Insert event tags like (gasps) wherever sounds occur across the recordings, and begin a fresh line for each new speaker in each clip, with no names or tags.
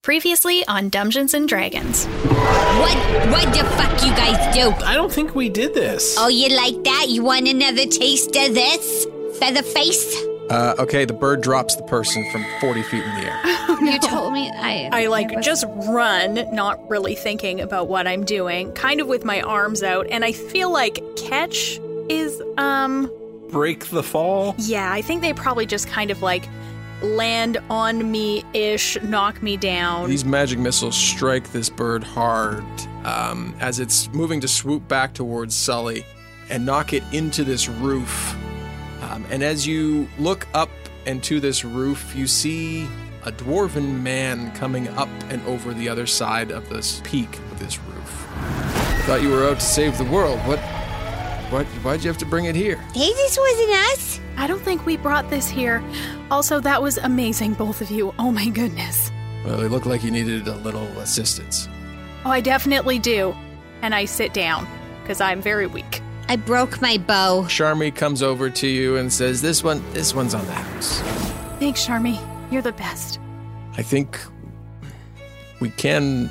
Previously on Dungeons and Dragons.
What what the fuck you guys do?
I don't think we did this.
Oh, you like that? You want another taste of this? Featherface?
Uh, okay, the bird drops the person from 40 feet in the air.
Um, You told me I
I like just run, not really thinking about what I'm doing, kind of with my arms out, and I feel like catch is um
Break the fall.
yeah, I think they probably just kind of like land on me ish, knock me down.
These magic missiles strike this bird hard um, as it's moving to swoop back towards Sully and knock it into this roof. Um, and as you look up and to this roof, you see a dwarven man coming up and over the other side of this peak of this roof. Thought you were out to save the world. What? What? Why'd you have to bring it here?
Hey, this wasn't us.
I don't think we brought this here. Also, that was amazing, both of you. Oh my goodness.
Well, it looked like you needed a little assistance.
Oh, I definitely do. And I sit down because I'm very weak.
I broke my bow.
Charmy comes over to you and says, "This one, this one's on the house."
Thanks, Charmy. You're the best.
I think we can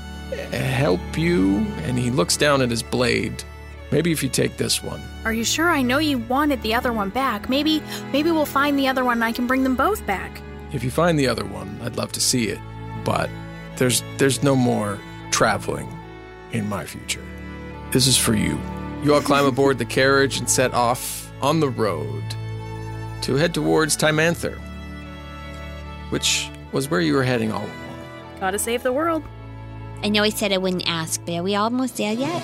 help you. And he looks down at his blade. Maybe if you take this one.
Are you sure? I know you wanted the other one back. Maybe maybe we'll find the other one and I can bring them both back.
If you find the other one, I'd love to see it. But there's there's no more traveling in my future. This is for you. You all climb aboard the carriage and set off on the road to head towards Timanther, which was where you were heading all along.
Gotta save the world.
I know I said I wouldn't ask, but are we almost there yet?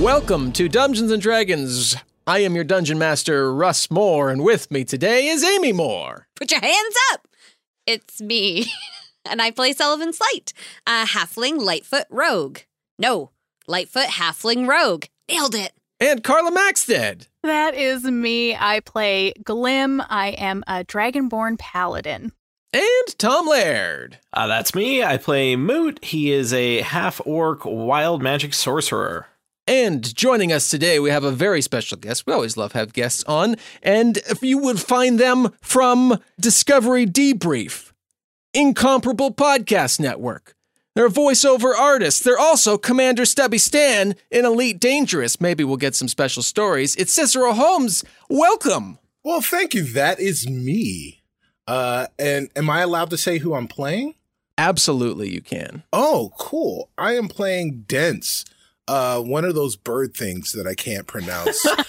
Welcome to Dungeons and Dragons. I am your dungeon master, Russ Moore, and with me today is Amy Moore.
Put your hands up. It's me. (laughs) and I play Sullivan Slight, a halfling lightfoot rogue. No, lightfoot halfling rogue. Nailed it.
And Carla Maxted.
That is me. I play Glim. I am a dragonborn paladin.
And Tom Laird.
Uh, that's me. I play Moot. He is a half orc wild magic sorcerer.
And joining us today, we have a very special guest. We always love have guests on, and if you would find them from Discovery Debrief, Incomparable Podcast Network. They're voiceover artists. They're also Commander Stubby Stan in Elite Dangerous. Maybe we'll get some special stories. It's Cicero Holmes. Welcome.
Um, Well, thank you. That is me. Uh, and am I allowed to say who I'm playing?
Absolutely, you can.
Oh, cool. I am playing Dense, uh, one of those bird things that I can't
(laughs)
pronounce. (laughs)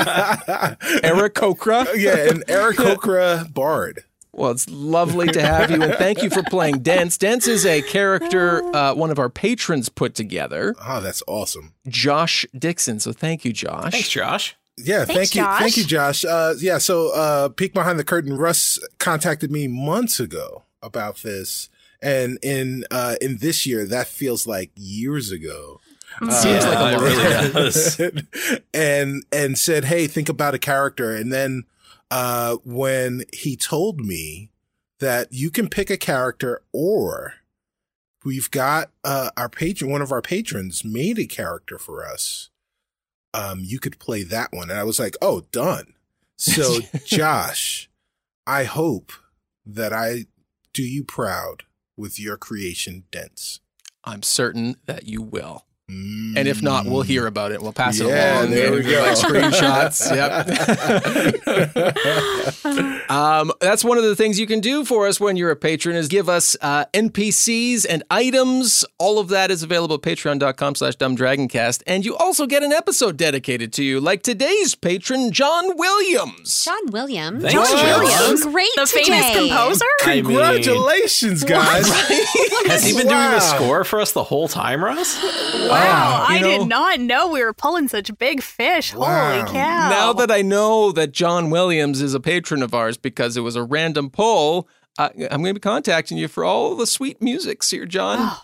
Eric Kokra.
yeah, an
(laughs)
Aarakocra bard.
Well, it's lovely to have you, and thank you for playing Dance. Dance is a character uh, one of our patrons put together,
Oh, that's awesome.
Josh Dixon. So thank you, Josh.
Thanks, Josh.
Yeah,
Thanks,
thank you.
Josh.
Thank you, Josh. Uh, yeah, so uh, Peek Behind the Curtain, Russ contacted me months ago about this. And in uh, in this year, that feels like years ago.
Seems like a lot. It Uh, really does.
(laughs) and and said, "Hey, think about a character." And then uh, when he told me that you can pick a character, or we've got uh, our patron, one of our patrons, made a character for us. um, you could play that one. And I was like, oh, done. So,
(laughs)
Josh, I hope that I do you proud with your creation, Dents.
I'm certain that you will. And if not, we'll hear about it. We'll pass
Mm. Yeah,
it along.
there
and
we go.
like
(laughs)
screenshots. Yep. (laughs) um, that's one of the things you can do for us when you're a patron is give us uh, NPCs and items. All of that is available at patreon.com slash dumbdragoncast. And you also get an episode dedicated to you, like today's patron, John Williams.
John Williams.
Thanks,
John
John.
Williams. Great
The famous
today.
composer?
I mean,
Congratulations,
(laughs)
guys.
has he been doing
Wow.
the score for us the whole time, Russ?
Wow,
you
I
know-
did not know we were pulling such big fish.
Wow.
Holy cow.
Now that I know that John Williams is a patron of ours because it was a random poll, I, I'm going to be contacting you for all the sweet musics here,
(gasps)
John.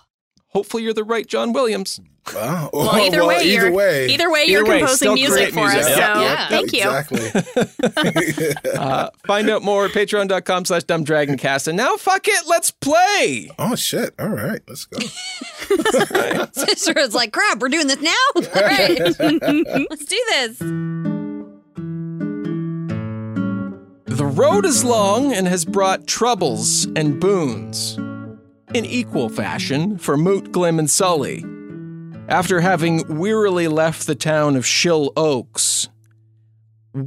Hopefully, you're the right John Williams.
Wow.
(laughs) well, either way,
either
you're,
way.
either way, you're
Either way,
composing
still
music
create
for us.
music.
So
Yeah,
yeah.
thank you.
Exactly.
(laughs)
(laughs)
Uh, find out more at patreon.com slash dumbdragoncast. And now, fuck it, let's play.
oh, shit. All right. Let's go.
(laughs)
(laughs)
Sarah's like, crap, we're doing this now? All right. Let's do this.
The road is long and has brought troubles and boons. In equal fashion for Moot, Glim, and Sully. After having wearily left the town of Shill Oaks,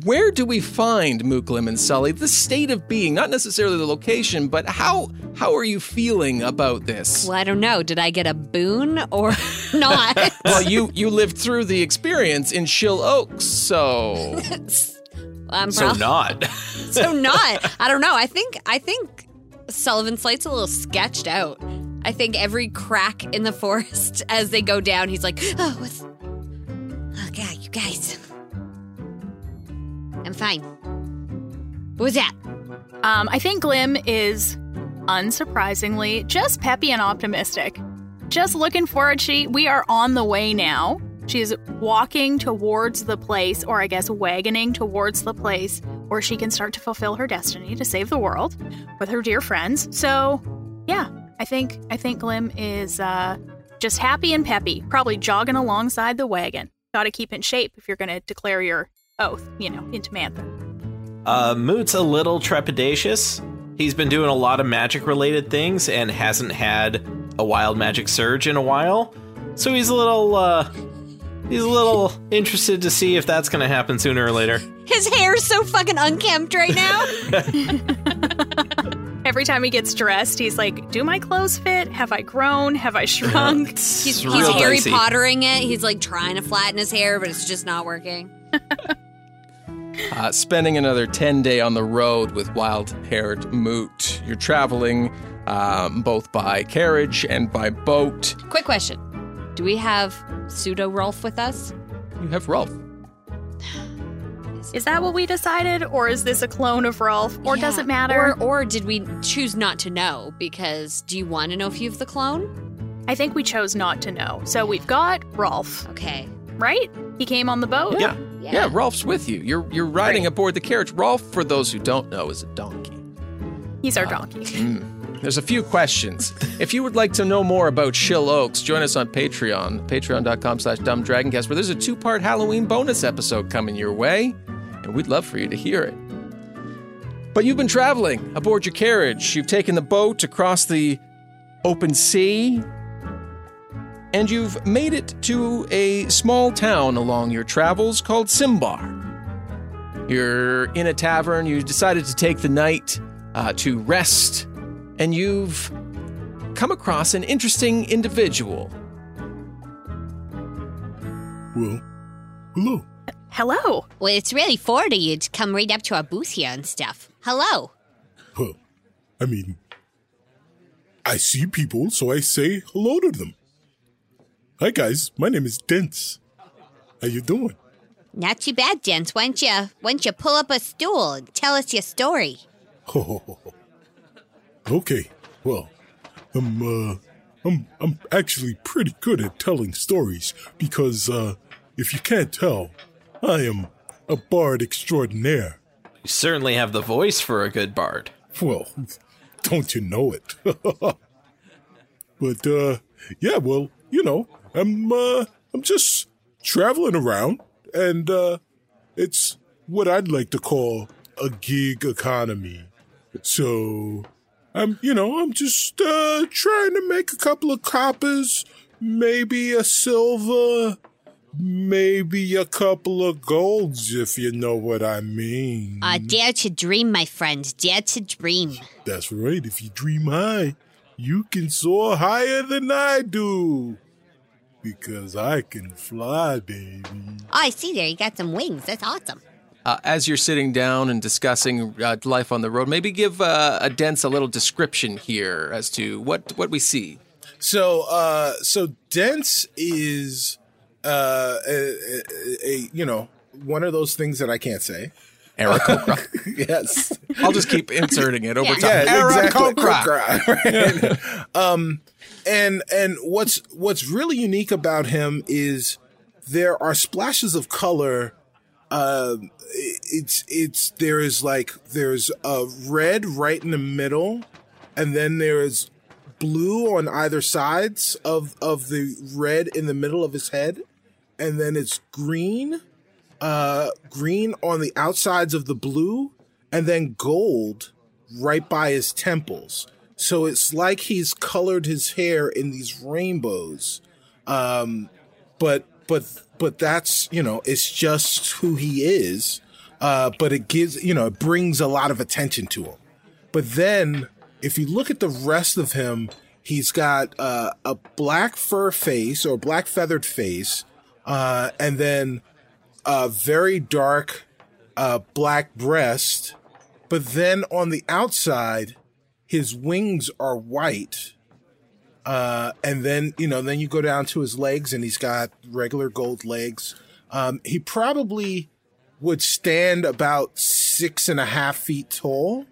where do we find Moot, Glim, and Sully? The state of being, not necessarily the location, but how how are you feeling about this?
Well, I don't know. Did I get a boon or (laughs) not?
Well, you you lived through the experience in Shill Oaks, so
(laughs) I'm
So
prob-
not.
(laughs) so not. I don't know. I think I think Sullivan Slate's a little sketched out. I think every crack in the (laughs) forest as they go down, he's like, "Oh, what's? Oh God, you guys, I'm fine. What was that?
Um, I think Glim is, unsurprisingly, just peppy and optimistic. Just looking forward. She, we are on the way now. She is walking towards the place, or I guess wagoning towards the place where she can start to fulfill her destiny to save the world with her dear friends. So, yeah, I think I think Glim is uh, just happy and peppy, probably jogging alongside the wagon. Got to keep in shape if you're going to declare your oath, you know, into Mantha.
Uh, Moot's a little trepidatious. He's been doing a lot of magic related things and hasn't had a wild magic surge in a while. So he's a little, uh, he's a little interested to see if that's going to happen sooner or later.
His hair's so fucking unkempt right now.
(laughs) Every time he gets dressed, he's like, "Do my clothes fit? Have I grown? Have I shrunk?"
he's
real
he's Harry
dicey.
Pottering it. He's like trying to flatten his hair, but it's just not working.
Uh, spending another 10 day on the road with wild haired moot. You're traveling um, both by carriage and by boat.
Quick question: Do we have pseudo Rolf with us?
You have Rolf.
is that what we decided, or is this a clone of Rolf, or
Yeah.
does it matter?
Or, or did we choose not to know? Because do you want to know if you have the clone?
I think we chose not to know. So we've got Rolf,
Okay.
right? He came on the boat.
Yeah.
Yeah.
yeah. Rolf's with you. You're, you're riding aboard the carriage. Rolf, for those who don't know, is a donkey.
He's
Uh,
our donkey.
There's a few questions. If you would like to know more about Shill Oaks, join us on Patreon, patreon.com slash dumbdragoncast, where there's a two-part Halloween bonus episode coming your way, and we'd love for you to hear it. But you've been traveling aboard your carriage. You've taken the boat across the open sea, and you've made it to a small town along your travels called Simbar. You're in a tavern, you decided to take the night uh, to rest, and you've come across an interesting individual.
well, hello.
Hello.
Well, it's really forty. You'd come right up to our booth here and stuff. Hello.
Well, I mean, I see people, so I say hello to them. Hi, guys. My name is Dents. How you doing? (laughs)
Not too bad, gents. Why don't you why don't you pull up a stool and tell us your story?
Okay. Well, I'm uh, I'm I'm actually pretty good at telling stories because uh, if you can't tell, I am a bard extraordinaire.
You certainly have the voice for a good bard.
Well, don't you
(laughs)
know it? but uh, yeah, well, you know, I'm uh, I'm just traveling around
and uh, it's what I'd like to call a gig economy. So I'm, you know, I'm just uh, trying to make a couple of coppers, maybe a silver, maybe a couple of golds, if you know what I mean.
Uh, dare to dream, my friend. Dare to dream.
That's right. If you dream high, you can soar higher than I do. Because I can fly, baby.
Oh, I see there. You got some wings. That's awesome.
Uh, as you're sitting down and discussing uh, life on the road, maybe give uh, a dense a little description here as to what what we see.
So, uh, so dense is, uh, a, a, a, you know, one of those things that I can't say. (laughs)
(laughs) Eric Okra.
Yes.
I'll just
(laughs)
keep inserting it over
Yeah.
time. Eric Okra. (laughs)
Kokra, right? um, and and what's what's really unique about him is there are splashes of color. Uh, i- it's it's there is like there's a red right in the middle, and then there is blue on either sides of of the red in the middle of his head, and then it's green uh, green on the outsides of the blue and then gold right by his temples. So it's like he's colored his hair in these rainbows. Um, but but but that's you know it's just who he is. Uh, but it gives you know it brings a lot of attention to him. But then if you look at the rest of him, he's got uh, a black fur face or black feathered face, uh, and then a very dark uh, black breast, but then on the outside, his wings are white. Uh, and then you know, then you go down to his legs, and he's got regular gold legs. Um, he probably would stand about six and a half feet tall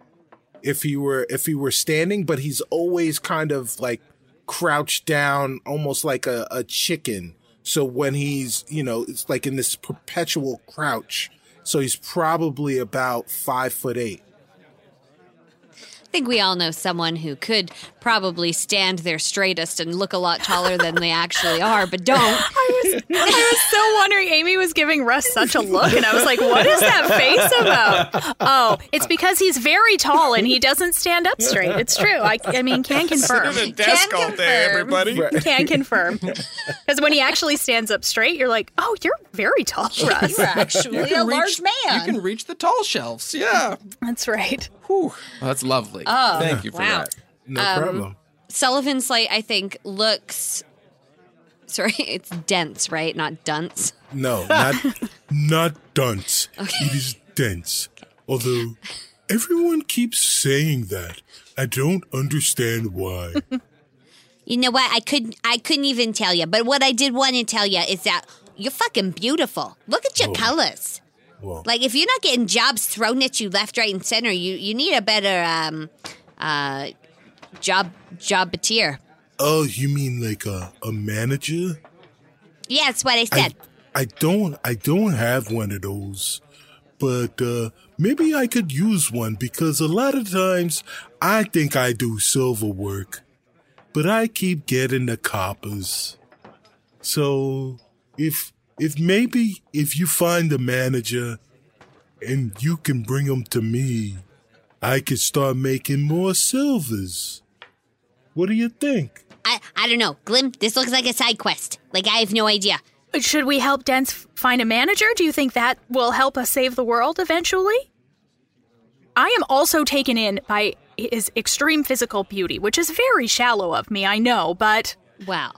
if he were if he were standing, but he's always kind of like crouched down, almost like a, a chicken. So when he's you know, it's like in this perpetual crouch. So he's probably about five foot eight. (laughs)
I think we all know someone who could probably stand there straightest and look a lot taller than they actually are, but don't.
(laughs) I was so wondering. Amy was giving Russ such a look, and I was like, "What is that face about?" Oh, it's because he's very tall and he doesn't stand up straight. It's true. I, I mean, can confirm.
Sit at a desk all day,
confirm.
everybody.
Can confirm. Because when he actually stands up straight, you're like, "Oh, you're very tall, Russ."
actually a large man.
You can reach the tall shelves. Yeah.
That's right.
Whew. Well, that's lovely. Oh, Thank you for
wow.
that.
No
Um,
problem.
Sullivan Slate, I think, looks. Sorry, (laughs) it's dense, right? Not dunce.
No, not not dunce. It is dense. Although everyone keeps saying that. I don't understand why.
You know what? I couldn't. I couldn't even tell you. But what I did want to tell you is that you're fucking beautiful. Look at your colors.
Well,
Like if you're not getting jobs thrown at you left, right, and center, you you need a better um, uh, job job tier.
oh, you mean like a, a manager?
Yeah, that's what I
I,
said.
I don't I don't have one of those, but uh, maybe I could use one because a lot of times I think I do silver work, but I keep getting the coppers. So if if maybe if you find a manager and you can bring them to me, I could start making more silvers. What do you think?
I, I don't know, Glim. This looks like a side quest. Like I have no idea.
Should we help Dance f- find a manager? Do you think that will help us save the world eventually? I am also taken in by his extreme physical beauty, which is very shallow of me, I know, but
Well,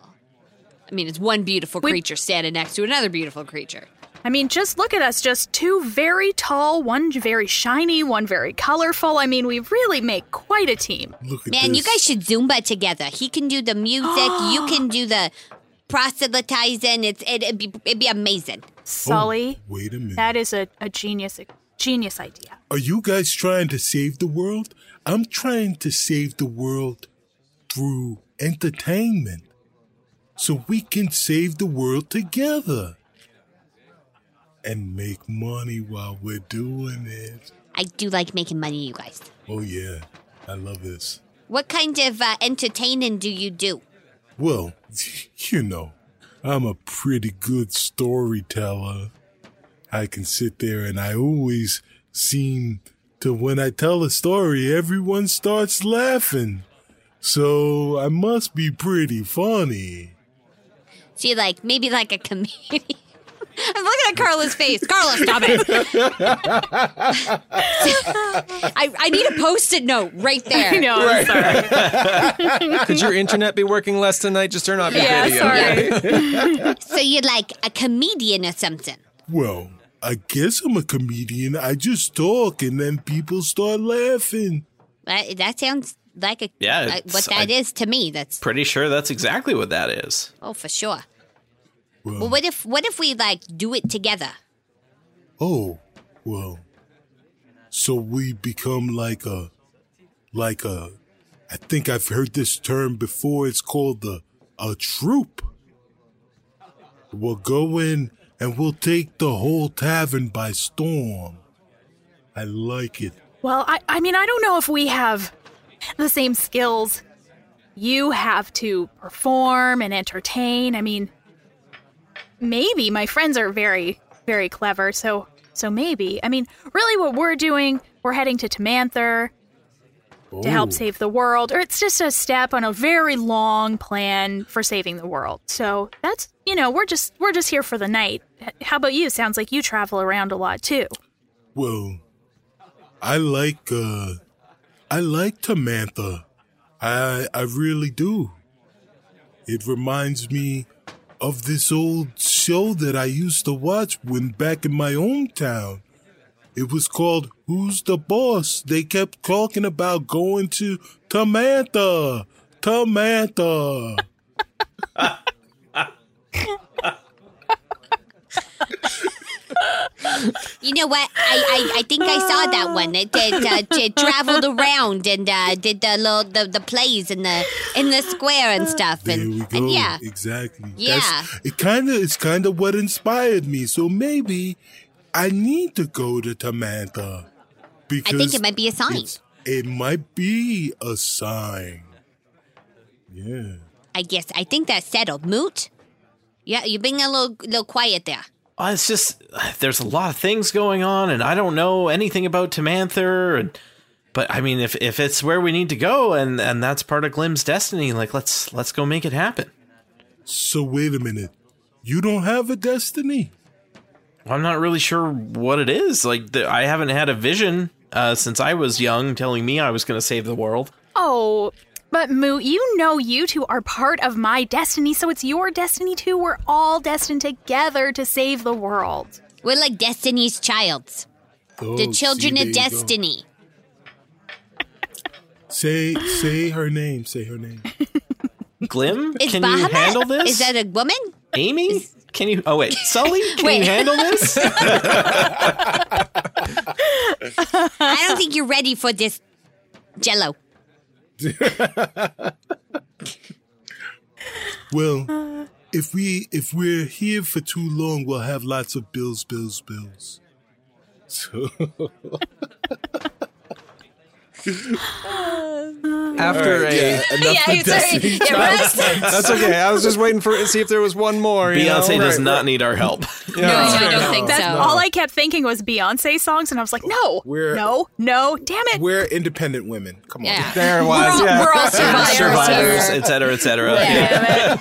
I mean, it's one beautiful
We-
creature standing next to another beautiful
(laughs)
creature.
I mean, just look at us just two very tall, one very shiny, one very colorful. I mean, we really make quite a team.
Look at
Man,
this.
you guys should Zumba together. He can do the music.
(gasps)
you can do the proselytizing. It's it, it'd, be, it'd be amazing.
Oh,
Sully,
wait
Mm.
a minute.
that is a, a genius, genius idea.
Are you guys trying to save the world? I'm trying to save the world through entertainment. So we can save the world together. And make money while we're doing it.
I do like making money, you guys.
Oh, yeah. I love this.
What kind of uh, entertaining do you do?
(laughs)
Well, you know, I'm a pretty good storyteller.
I can sit there and I always seem to, when I tell a story, everyone starts laughing. So I must be pretty funny. (laughs)
See, like maybe like a (laughs) comedian. I'm looking at Carla's face. Carla, stop
(laughs)
it. I, I need a post-it note right there.
I know, I'm sorry.
(laughs) Could your internet be working less tonight? Just turn off your
Yeah,
video.
sorry.
So you're like a comedian or something.
Well, I guess I'm a comedian. I just talk and then people start laughing.
That, that sounds like a
Yeah,
uh,
it's-
what that is
I-
to me. That's
Pretty sure that's exactly what that is.
oh for sure.
Well,
Well, what if what if we like do it together?
oh, well. So we become like a, like a, I think I've heard this term before. It's called the, a troop. We'll go in and we'll take the whole tavern by storm. I like it.
Well, I, I mean, I don't know if we have the same skills. You have to perform and entertain. I mean, maybe my friends are very, very clever. So, so maybe. I mean, really, what we're doing, we're heading to Tamanther to help
Oh.
save the world, or it's just a step on a very long plan for saving the world. So that's you know, we're just we're just here for the night. H- How about you? Sounds like you travel around a lot too.
Well, I like uh I like Tamantha. I I really do. It reminds me of this old show that I used to watch when back in my hometown. It was called Who's the Boss? They kept talking about going to Tamantha. Tamantha.
You know what? I, I, I think I saw that one. It, it, uh, it traveled around and uh, did the little the, the plays in the in the square and stuff.
There
And,
we go.
and yeah,
Exactly.
Yeah.
That's, it kind of it's kind of what inspired me. So maybe I need to go to Tamantha
I
because
think it might be a sign.
it's- It might be a sign. Yeah.
I guess I think that's settled. Moot. Yeah, you're being a little little quiet there.
Uh, it's just there's a lot of things going on, and I don't know anything about Tamanther. And but I mean, if if it's where we need to go, and and that's part of Glim's destiny, like let's let's go make it happen.
So wait a minute. You don't have a destiny.
I'm not really sure what it is. Like the, I haven't had a vision uh, since I was young, telling me I was going to save the world.
Oh, but Moo, you know you two are part of my destiny, so it's your destiny too. We're all destined together to save the world.
We're like Destiny's Childs,
Oh,
the children
see, there
of
you go.
destiny.
Say say her name. Say her name.
Glim,
Is
can you
Bahamut?
handle this?
Is that a woman?
(laughs) Amy? Can you? Oh wait, Sully, can
Wait.
you handle this?
I don't think you're ready for this, Jello.
(laughs) Well, if we if we're here for too long, we'll have lots of bills, bills, bills. (laughs) So
After
(laughs)
a.
yeah, you're sorry. (laughs) Yeah, rest.
That's okay. I was just waiting for to see if there was one more. you know?
Beyonce does
Right,
not need our help.
right.
No,
Yeah.
I don't think
That's
so.
all I kept thinking was Beyonce songs, and I was like, no,
We're-
no, no, damn it.
We're independent women. Come on.
Yeah.
There it
We're
was.
all,
yeah.
we're all survivors.
Survivors,
here.
etc., cetera, etc. Cetera.
Damn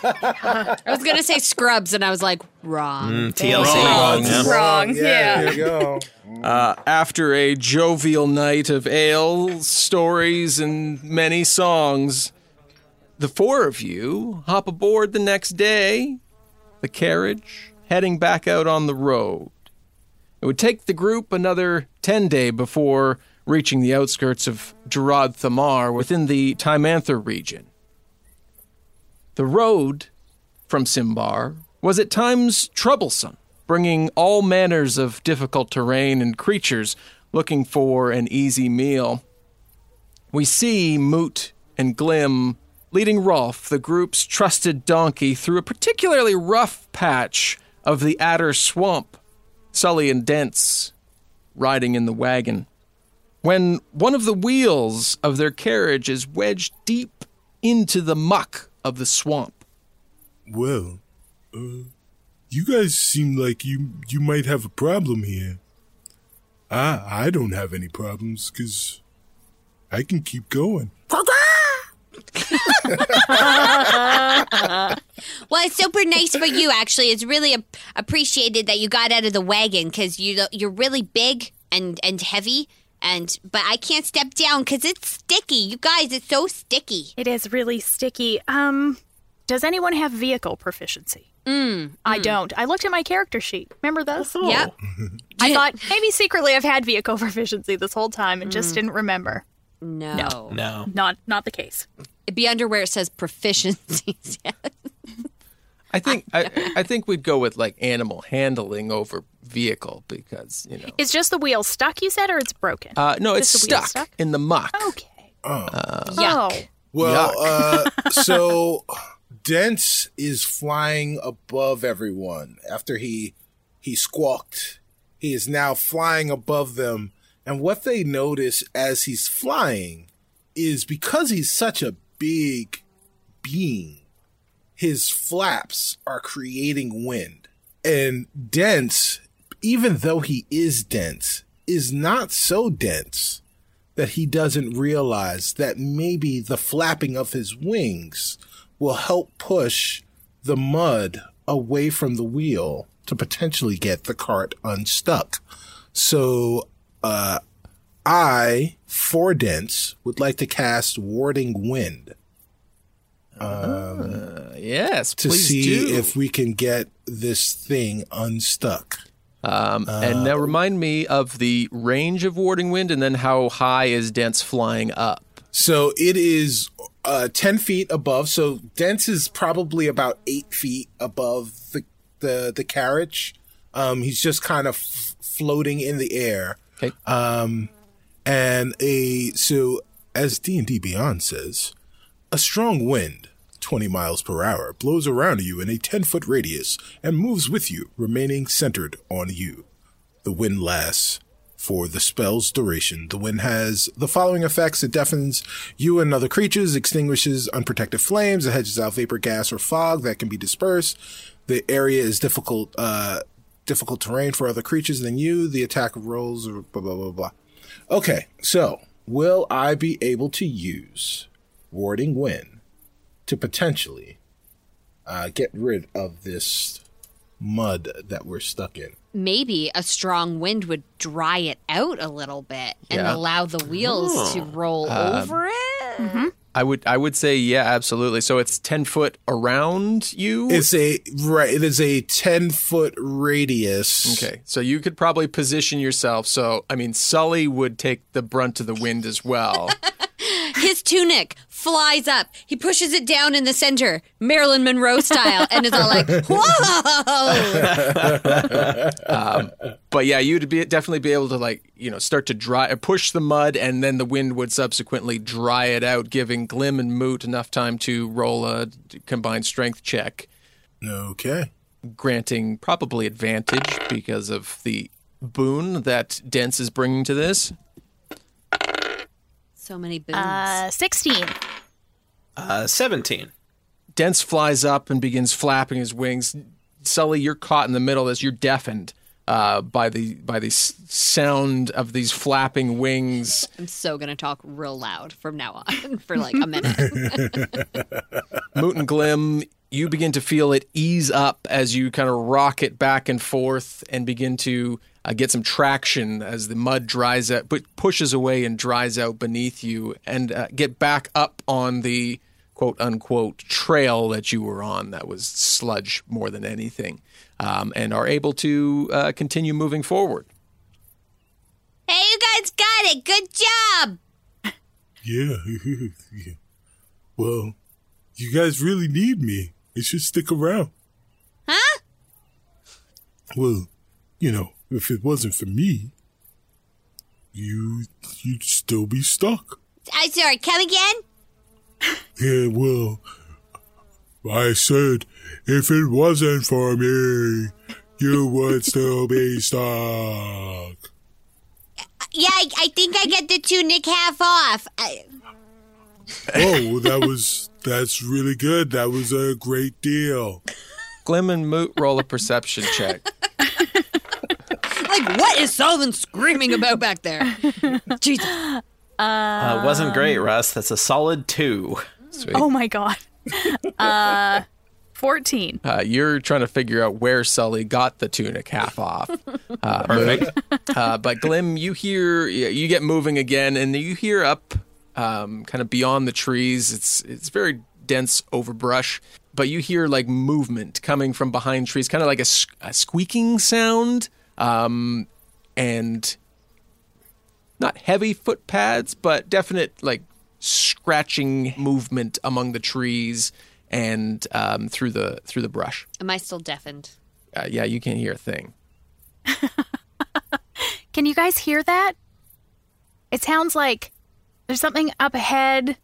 it.
I was gonna say Scrubs, and I was like, wrong.
Mm,
TLC.
Wrong.
Yeah.
Wrong. Yeah.
Here you go. Mm.
Uh, after a jovial night of ale, stories, and many songs, the four of you hop aboard the next day, the carriage, heading back out on the road. It would take the group another 10 day before reaching the outskirts of Gerard Thamar within the Timanther region. The road from Simbar was at times troublesome, bringing all manners of difficult terrain and creatures looking for an easy meal. We see Moot and Glim leading Rolf, the group's trusted donkey, through a particularly rough patch of the Adder Swamp, Sully and Dents riding in the wagon. When one of the wheels of their carriage is wedged deep into the muck of the swamp.
Well, uh, You guys seem like you you might have a problem here. I I don't have any problems because I can keep going.
(laughs) Well, it's super nice for you. Actually, it's really ap- appreciated that you got out of the wagon because you you're really big and and heavy. And but I can't step down because it's sticky. You guys, it's so sticky.
It is really sticky. Um, does anyone have vehicle proficiency?
Hmm. Mm,
I don't. I looked at my character sheet. Remember those?
Yep.
(laughs) I thought maybe secretly I've had vehicle (laughs) proficiency this whole time and
Hmm.
just didn't remember.
No.
No.
Not not the case.
It'd be under where it says proficiencies. yeah.
I think I, I think we'd go with like animal handling over vehicle because you know.
Is just the wheel stuck? You said, or it's broken?
Uh, no, it's
Just the wheel Oh.
stuck, in the muck.
Okay.
Uh,
Yuck.
Oh.
Well, uh, so Dents is flying above everyone after he he squawked. He is now flying above them, and what they notice as he's flying is because he's such a big being, his flaps are creating wind. And Dents, even though he is dense, is not so dense that he doesn't realize that maybe the flapping of his wings will help push the mud away from the wheel to potentially get the cart unstuck. So, uh, I, for dense, would like to cast Warding Wind um,
Uh, yes,
to
please
see
do.
if we can get this thing unstuck.
(laughs) um, and
uh,
now remind me of the range of warding wind, and then how high is dense flying up?
So it is uh, ten feet above. So Dent is probably about eight feet above the the, the carriage. Um, he's just kind of f- floating in the air, Um,
Okay.
and a so as D and D Beyond says, a strong wind. 20 miles per hour blows around you in a 10 foot radius and moves with you, remaining centered on you. The wind lasts for the spell's duration. The wind has the following effects it deafens you and other creatures, extinguishes unprotected flames, it hedges out vapor, gas, or fog that can be dispersed. The area is difficult, uh, difficult terrain for other creatures than you. The attack rolls, blah, blah, blah, blah. Okay, so will I be able to use Warding Wind to potentially uh, get rid of this mud that we're stuck in?
Maybe a strong wind would dry it out a little bit and
Yeah.
allow the wheels to roll over it.
Mm-hmm.
I would I would say yeah, absolutely. So it's ten foot around you.
It's a right. It is a ten foot radius.
Okay, so you could probably position yourself. So, I mean, Sully would take the brunt of the wind as well.
His tunic flies up. He pushes it down in the center, Marilyn Monroe style, and is all like, (laughs) "Whoa!"
(laughs) Um, but yeah, you'd be definitely be able to like you know start to dry push the mud, and then the wind would subsequently dry it out, giving Glim and Moot enough time to roll a combined strength check,
Okay.
granting probably advantage because of the boon that Dents is bringing to this.
So many boons.
Uh, sixteen.
Uh, 17.
Dents flies up and begins flapping his wings. Sully, you're caught in the middle of this. You're deafened uh, by the by the s- sound of these flapping wings.
I'm so gonna talk real loud from now on for like a minute.
(laughs)
Moot and Glim, you begin to feel it ease up as you kind of rock it back and forth and begin to uh, get some traction as the mud dries out, but pushes away and dries out beneath you, and uh, get back up on the quote unquote trail that you were on that was sludge more than anything, um, and are able to uh, continue moving forward.
hey, you guys got it. Good job.
Yeah. (laughs) yeah. Well, you guys really need me. I should stick around.
Huh?
Well, you know, if it wasn't for me, you you'd still be stuck.
I'm sorry. Come again?
Yeah, well, I said if it wasn't for me, you would still be stuck.
Yeah, I, I think I got the tunic half off. Uh, I,
Oh, well, that was that's really good. That was a great deal.
Glim and Moot roll a perception check.
Like, what is Sullivan screaming about back there? Jesus.
Uh, wasn't
Um,
great, Russ. That's a solid two.
Sweet.
Oh
(laughs)
my god. Uh, 14.
Uh, you're trying to figure out where Sully got the tunic half off. Uh,
Perfect.
but- uh, but Glim, you hear, yeah, you get moving again, and you hear up, um, kind of beyond the trees. It's it's very dense overbrush, but you hear like movement coming from behind trees, kind of like a, s- a squeaking sound, um, and not heavy footpads, but definite like scratching movement among the trees and um, through the through the brush.
Am I still deafened?
Uh, yeah, you can't hear a thing.
Can you guys hear that? It sounds like there's something up ahead.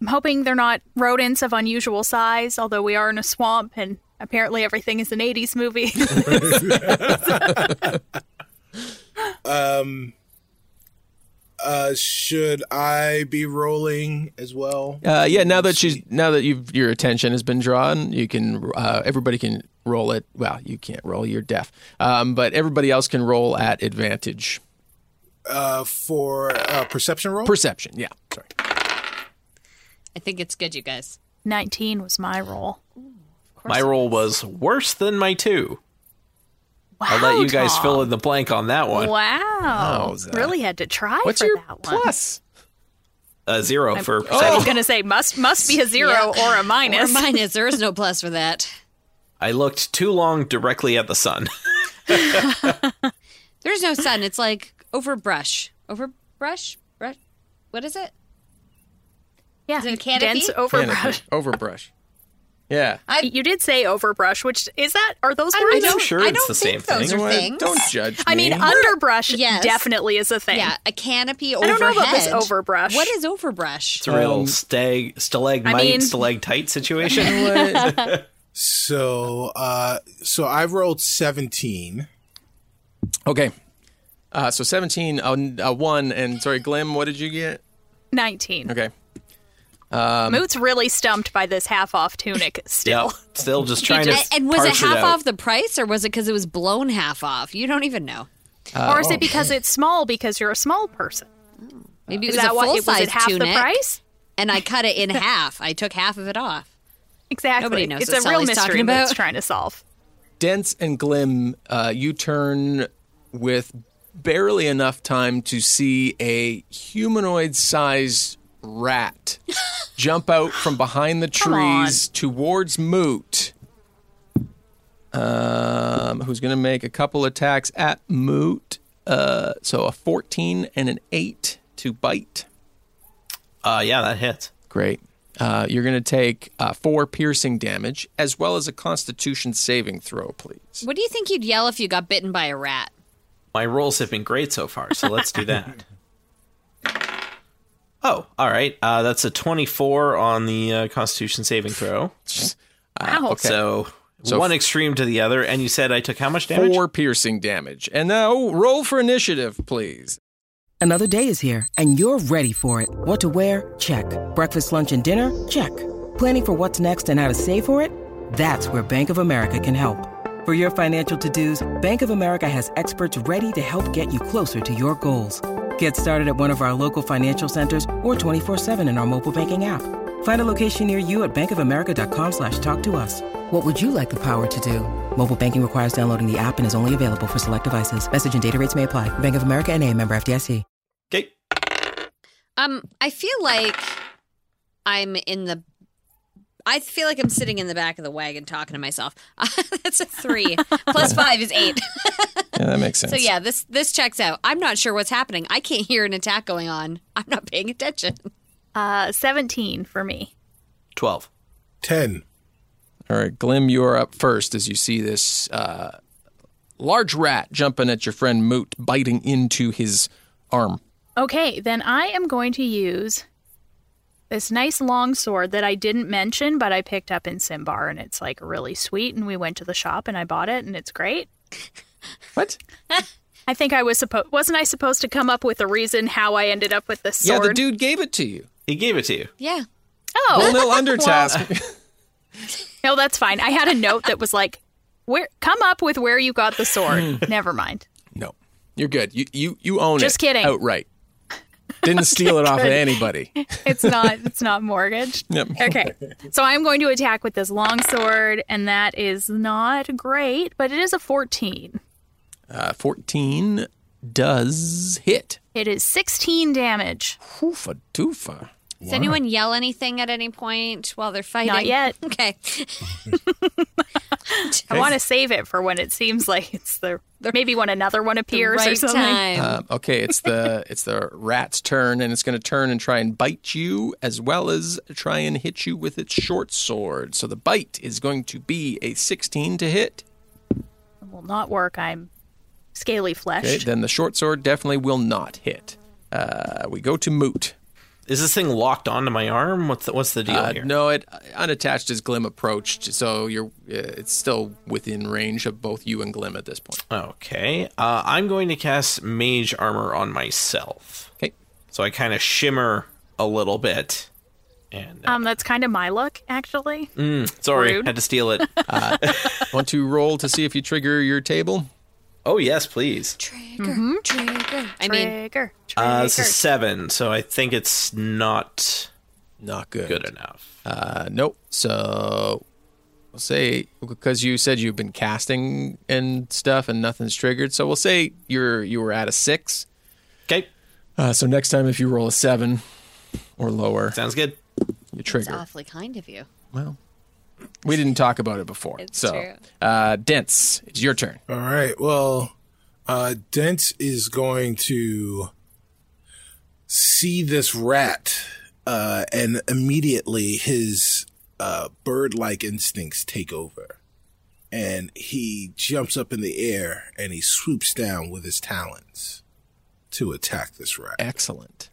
I'm hoping they're not rodents of unusual size, although we are in a swamp and apparently everything is an 80s movie.
Um, Uh, should I be rolling as well?
Uh, yeah, now that she's now that you've your attention has been drawn, you can uh, everybody can roll it. Well, you can't roll; you're deaf. Um, but everybody else can roll at advantage.
Uh, for uh, perception roll.
Perception, yeah. Sorry.
(laughs) I think it's good, you guys.
19 was my roll.
My roll was worse than my two.
Wow,
I'll let you guys
Oh, Tom.
fill in the blank on that one.
Wow.
Wowza.
Really had to try
What's
for
your
that one.
plus?
Uh, zero for Oh.
I
perception.
was going to say must must be a zero
Yeah.
or a minus.
Or minus. There is no plus for that.
I looked too long directly at
(laughs)
the sun.
There's no sun. It's like over brush. Over brush? Brush? What is it?
yeah.
Is it a canopy?
Dense
Canopy,
overbrush.
Overbrush. Yeah.
You did say overbrush, which is that are those words?
I'm know. sure
I
it's
don't
the
think
same
those
thing.
You know
Are
what?
things.
Don't judge me.
I mean, underbrush
Yes.
definitely is a thing.
Yeah, a canopy
I
overhead.
don't know about this overbrush.
What is overbrush?
It's a real
Um,
stag, stalagmite,
I mean-
(laughs)
stalactite situation.
What?
So, uh, so I rolled seventeen.
okay. Uh, so 17, uh, uh, 1, and sorry, Glim, what did you get?
19.
Okay. um,
Moot's really stumped by this half off tunic still.
Yep. Still just trying to.
And, and was it
parse
half
out.
off the price, or was it because it was blown half off? You don't even know. Uh,
or
Oh.
is it because it's small because you're a small person?
Maybe it
Is
was a
that
full
why it was
size
it half
tunic,
the price?
and I cut
(laughs)
it in half. I took half of it off.
Exactly.
Nobody knows
it's
what
a real
Sally's talking
mystery
about.
Moot's trying to solve.
dense and glim, uh, you turn with barely enough time to see a humanoid sized rat jump out from behind the
on.
trees towards Moot. Um, who's going to make a couple attacks at Moot? Uh, so a 14 and an 8 to bite.
Uh, yeah, that hits.
Great. Uh, you're going to take uh, four piercing damage as well as a constitution saving throw, please.
What do you think you'd yell if you got bitten by a rat?
My rolls have been great so far, so let's do
(laughs)
that. Oh, all right. Uh, that's a 24 on the uh, Constitution saving throw.
Wow.
So,
So
one
f-
extreme to the other. And you said I took how much damage?
four piercing damage. And now roll for initiative, please.
Another day is here, and you're ready for it. What to wear? Check. Breakfast, lunch, and dinner? Check. Planning for what's next and how to save for it? That's where Bank of America can help. For your financial to dos, Bank of America has experts ready to help get you closer to your goals. Get started at one of our local financial centers or 24-7 in our mobile banking app. Find a location near you at bankofamerica.com slash talk to us. What would you like the power to do? Mobile banking requires downloading the app and is only available for select devices. Message and data rates may apply. Bank of America and a member FDIC.
Okay.
Um, I feel like I'm in the. I feel like I'm sitting in the back of the wagon talking to myself. (laughs) That's a three plus five is eight. (laughs)
Yeah, that makes sense.
So yeah, this this checks out. I'm not sure what's happening. I can't hear an attack going on. I'm not paying attention.
Uh, 17 for me.
12.
Ten.
All right, Glim, you are up first as you see this uh, large rat jumping at your friend Moot, biting into his arm.
Okay, then I am going to use this nice long sword that I didn't mention, but I picked up in Simbar, and it's like really sweet. And we went to the shop, and I bought it, and it's great.
(laughs) What?
I think I was supposed wasn't I supposed to come up with a reason how I ended up with this
Yeah,
sword?
the dude gave it to you.
He gave it to you.
Yeah.
(laughs) Oh,
Full nil undertask.
No, that's fine. I had a note that was like, "Where? Come up with where you got the
(laughs)
sword." Never mind.
No, you're good. You you you own it.
Just kidding.
Outright. Didn't steal it off of
good.
anybody.
(laughs) It's not. It's not mortgaged.
Yep.
Okay. So I'm going to attack with this long sword, and that is not great, but it is a 14.
Uh, Fourteen does hit.
It is 16 damage.
Hoofa doofa.
Does anyone yell anything at any point while they're fighting?
Not yet.
(laughs) Okay.
I want to save it for when it seems like it's the maybe when another one appears or
right
something.
time.
Um, okay, it's the it's the rat's turn, and it's going to turn and try and bite you, as well as try and hit you with its short sword. So the bite is going to be a sixteen to hit.
It will not work. I'm scaly
Okay,
fleshed.
then the short sword definitely will not hit. Uh, we go to Moot.
Is this thing locked onto my arm? What's the, what's the deal
Uh,
here?
no, it unattached as Glim approached, so you're uh, it's still within range of both you and Glim at this point.
(laughs) Okay. Uh, I'm going to cast Mage Armor on myself.
Okay,
So I kind of shimmer a little bit. And uh,
um, that's kind of my look, actually.
Mm, sorry,
rude.
had to
(laughs)
steal it.
Uh, want to roll to see if you trigger your table?
oh yes, please.
trigger, trigger. Mm-hmm. I mean,
Trigger, trigger.
Uh, it's a seven, so I think it's not
Not good.
good enough.
Uh, nope. So we'll say because you said you've been casting and stuff, and nothing's triggered. So we'll say you're you were at a six.
Okay,
Uh, so next time, if you roll a seven or lower,
sounds good.
you
it's
trigger.
awfully kind of you.
Well, we didn't talk about it before.
It's
so,
true.
Uh, dense, it's your turn.
All right. Well, uh, Dent is going to see this rat, uh, and immediately his uh, bird like instincts take over. And he jumps up in the air and he swoops down with his talons to attack this rat.
Excellent.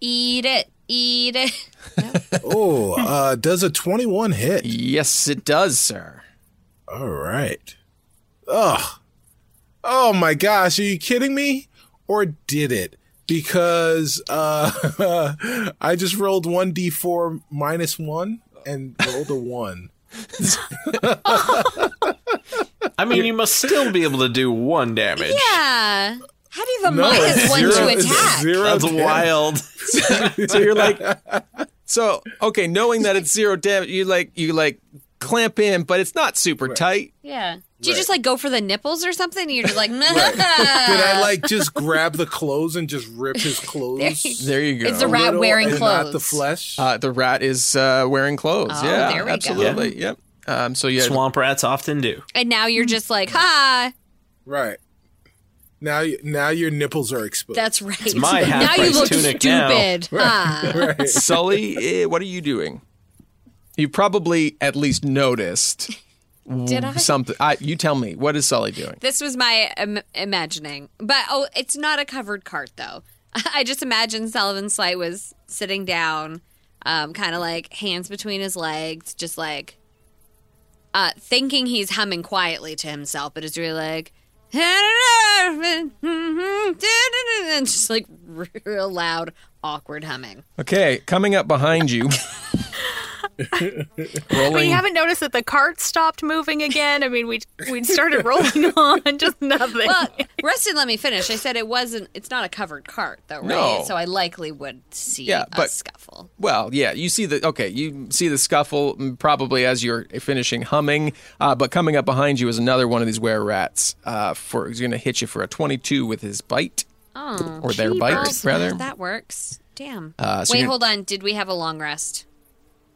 Eat it, eat it.
Oh, uh, does a 21 hit?
Yes, it does, sir.
All right. Ugh. Oh my gosh, are you kidding me? Or did it? Because uh, (laughs) I just rolled 1d4 minus 1 and rolled a 1.
I mean, you must still be able to do one damage.
(laughs) Yeah. How do you have a minus one
zero-
to
it's
attack?
Zero
That's
damage.
wild.
(laughs) So you're like, so okay, knowing that it's zero damage, you like you like clamp in, but it's not super tight.
Yeah. Do you just like go for the nipples or something? And you're just like,
Did
Uh.
I like just grab
(laughs)
the clothes and just rip his clothes?
There you go.
It's a rat
Little
wearing
and
clothes.
Not the flesh.
Uh, the rat is uh, wearing clothes.
Oh,
yeah,
there we go.
absolutely. Yep. Um, so yeah,
Swamp rats often do.
and now you're just like, ha.
right. Now, you, now your nipples are exposed.
That's right. (laughs) now
my
you
half-price
look
tunic
stupid.
now.
Ha.
(laughs) Sully, eh, what are you doing? You probably at least noticed
Did I?
something. I, you tell me, what is Sully doing?
This was my Im- imagining. But oh, it's not a covered cart though. (laughs) I just imagine Sullivan Slight was sitting down, um, kind of like hands between his legs, just like uh, thinking he's humming quietly to himself, but it's really like. (laughs) and just like (laughs) real loud, awkward humming.
Okay, coming up behind you.
We
(laughs) rolling.
haven't noticed that the cart stopped moving again. I mean, we we started rolling (laughs) on, just nothing.
Well, Rustin, let me finish. I said it wasn't. It's not a covered cart, though, right?
No.
So I likely would see
Yeah,
a
but-
scuffle.
Well, yeah, you see the okay, you see the scuffle mm, probably as you're finishing humming, uh, but coming up behind you is another one of these were rats. Uh, for he's going to hit you for a 22 with his bite,
Oh,
or their bite
Jeepers.
rather.
That works. Damn.
Uh, so
Wait,
you're-
hold on. Did we have a long rest?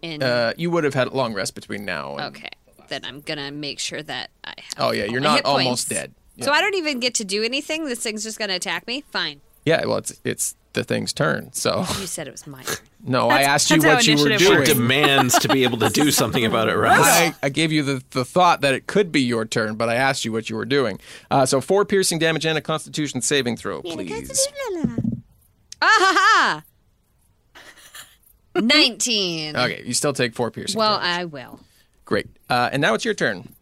In
Uh, you would have had a long rest between now. And,
okay, then I'm gonna make sure that I have.
Oh yeah, you're
all my
not
hit
almost
points.
dead.
So I don't even get to do anything. This thing's just gonna attack me. Fine.
Yeah, well, it's it's the thing's turn. So
Oh.
(laughs)
You said it was my
(laughs)
turn.
no, I asked you
that's how
what you were
initiative
It
works.
doing.
demands to be able to do something about it, right?
I, I gave you the, the thought that it could be your turn, but I asked you what you were doing. Uh, so four piercing damage and a Constitution saving throw,
Oh,
please.
Ah
(laughs)
ha ha. Nineteen.
Okay, you still take four piercing.
well,
damage.
I will.
Great. Uh, and now it's your turn.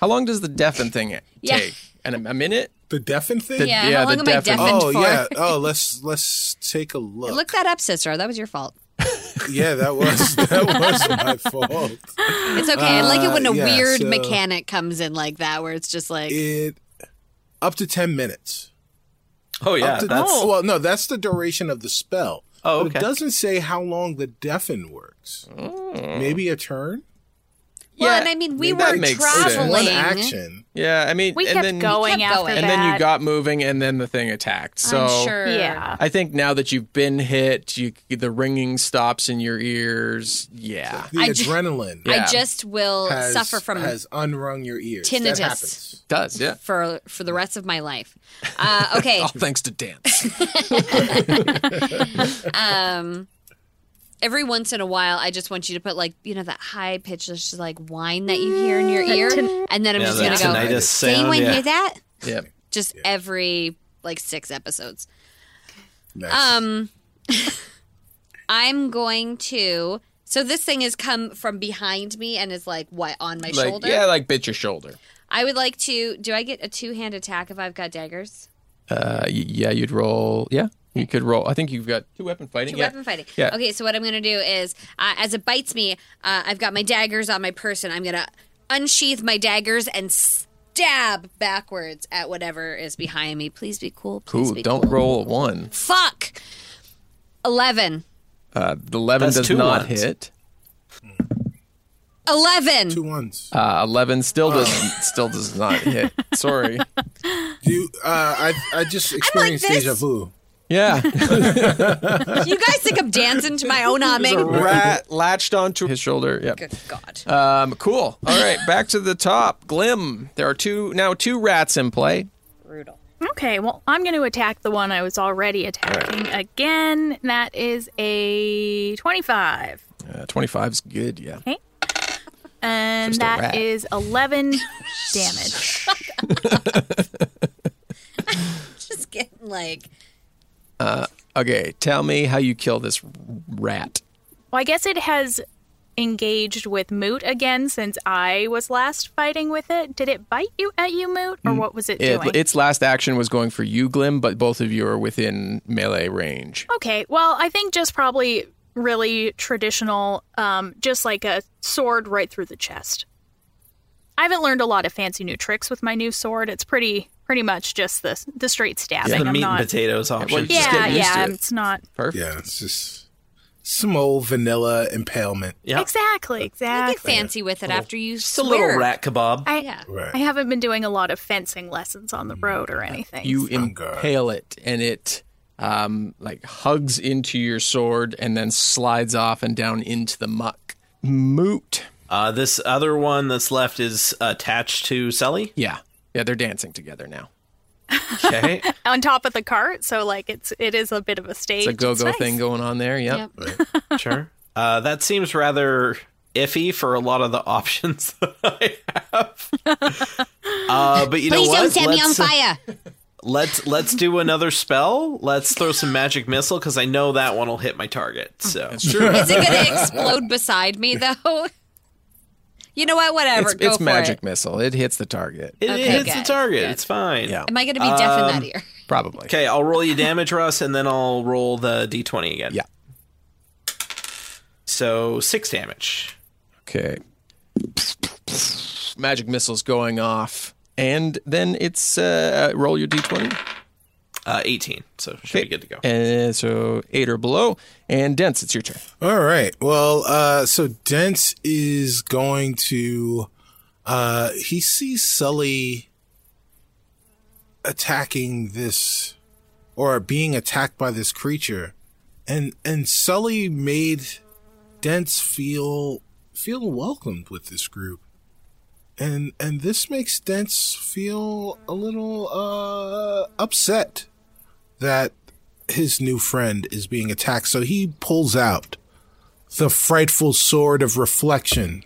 How long does the deafen thing take?
Yeah.
An, a minute?
the deafened thing?
The-
Yeah.
yeah,
how
the
long am I
deafened-
deafened
oh
for?
yeah. Oh, let's let's take a look.
(laughs)
Look that up, sister. That was your fault.
Yeah, that was (laughs) that
(laughs)
was my fault.
It's okay. I like it when
Uh,
a
yeah,
weird
so-
mechanic comes in like that, where it's just like,
It up to ten minutes.
Oh yeah,
up to,
that's
well, no, that's the duration of the spell.
Oh,
But
okay.
it doesn't say how long the deafen works.
Mm.
Maybe a turn.
well,
Yeah,
and I mean, we
yeah, that
were
makes sense.
traveling.
One action.
Yeah, I mean,
We
and
kept
then,
going
Kept
after
going.
that.
and then you got moving, and then the thing attacked. So
I'm sure.
yeah.
I think now that you've been hit, you the ringing stops in your ears. Yeah,
The
I ju-
adrenaline
Yeah.
I just will
has,
suffer from
has unrung your ears.
tinnitus.
That happens.
does yeah.
for for the rest of my life.
(laughs)
Uh, okay,
All thanks to dance.
(laughs) um, every once in a while, I just want you to put like you know that high pitched just like whine that you hear in your ear, and then I'm
Yeah,
just
that
gonna go.
tinnitus
Did
sound,
anyone
yeah.
hear that?
yeah.
Just every like six episodes.
Nice.
Um, (laughs) I'm going to. So this thing has come from behind me and is like what on my
Like,
shoulder.
yeah, like bit your shoulder.
I would like to. Do I get a two hand attack if I've got daggers?
Uh, y- yeah, you'd roll. Yeah, you could roll. I think you've got two weapon fighting.
Two
yeah.
weapon fighting.
Yeah.
Okay, so what I'm gonna do is, uh, as it bites me, uh, I've got my daggers on my person. I'm gonna unsheath my daggers and stab backwards at whatever is behind me. Please be cool. Please
Ooh,
be
don't
cool.
roll a one.
Fuck. Eleven.
Uh, the eleven
That's
does
two
not
ones.
hit.
Eleven.
Two ones.
Uh, eleven still does (laughs) still does not hit. Sorry.
Do (laughs) you, uh, I I just experienced
this.
deja vu. (laughs)
Yeah,
(laughs) you guys think I'm dancing to my own humming?
rat latched onto his shoulder. Yep.
Good God.
Um, cool. All right, back to the top. Glim. There are two now two rats in play.
Brutal.
Okay, well, I'm going to attack the one I was already attacking again. That is a 25.
Uh, 25's good, yeah. (laughs)
And
Just a rat.
that is
(laughs)
11 damage.
Just getting like
Uh, Okay, tell me how you kill this rat.
Well, I guess it has engaged with Moot again since I was last fighting with it. Did it bite you at you, Moot, or what was it
Mm, It,
doing?
its last action was going for you, Glim, but both of you are within melee range.
Okay, well, I think just probably really traditional, um, just like a sword right through the chest. I haven't learned a lot of fancy new tricks with my new sword. It's pretty pretty much just the the straight stabbing.
the
I'm
meat
not,
and potatoes option.
just
Yeah,
getting used
yeah,
to it.
it's not
Perfect.
Yeah, it's just some old vanilla impalement.
Yeah.
exactly
you get
exactly.
fancy with it after you
Just a little
swear.
rat kebab.
I
Yeah.
Right.
I haven't been doing a lot of fencing lessons on the road or anything.
You (laughs)
Fungi.
impale it, and it um, like hugs into your sword and then slides off and down into the muck. Moot.
Uh, this other one that's left is attached to Sully.
Yeah. Yeah, they're dancing together now.
(laughs) Okay.
(laughs) on top of the cart, so like it's it is a bit of a stage.
It's a go-go
nice.
thing going on there. Yep.
Yep.
sure. Uh, that seems rather iffy for a lot of the (laughs) options that I
(laughs)
have. Uh, but you
Please
know what?
don't set me on
Let's, uh,
fire.
Let's let's do another spell. Let's throw some magic missile because I know that one will hit my target. So
Is it going to explode beside me though? You know what? Whatever.
It's,
Go
it's
for
magic
It.
missile. It hits the target.
it
Okay,
hits the
good,
target.
good.
It's fine. Um,
Yeah.
Am I going to be deaf in that ear?
(laughs) Probably.
Okay, I'll roll you damage, Russ, and then I'll roll the d20 again.
Yeah.
So six damage.
Okay. Magic missiles going off, and then it's uh, roll your d20.
Uh, 18. So should be good to go.
And so eight or below, and dense. It's your turn.
All right. Well, uh, so Dents is going to. Uh, he sees Sully attacking this, or being attacked by this creature, and and Sully made Dents feel feel welcomed with this group, and and this makes Dents feel a little uh upset that his new friend is being attacked. So he pulls out the frightful sword of reflection.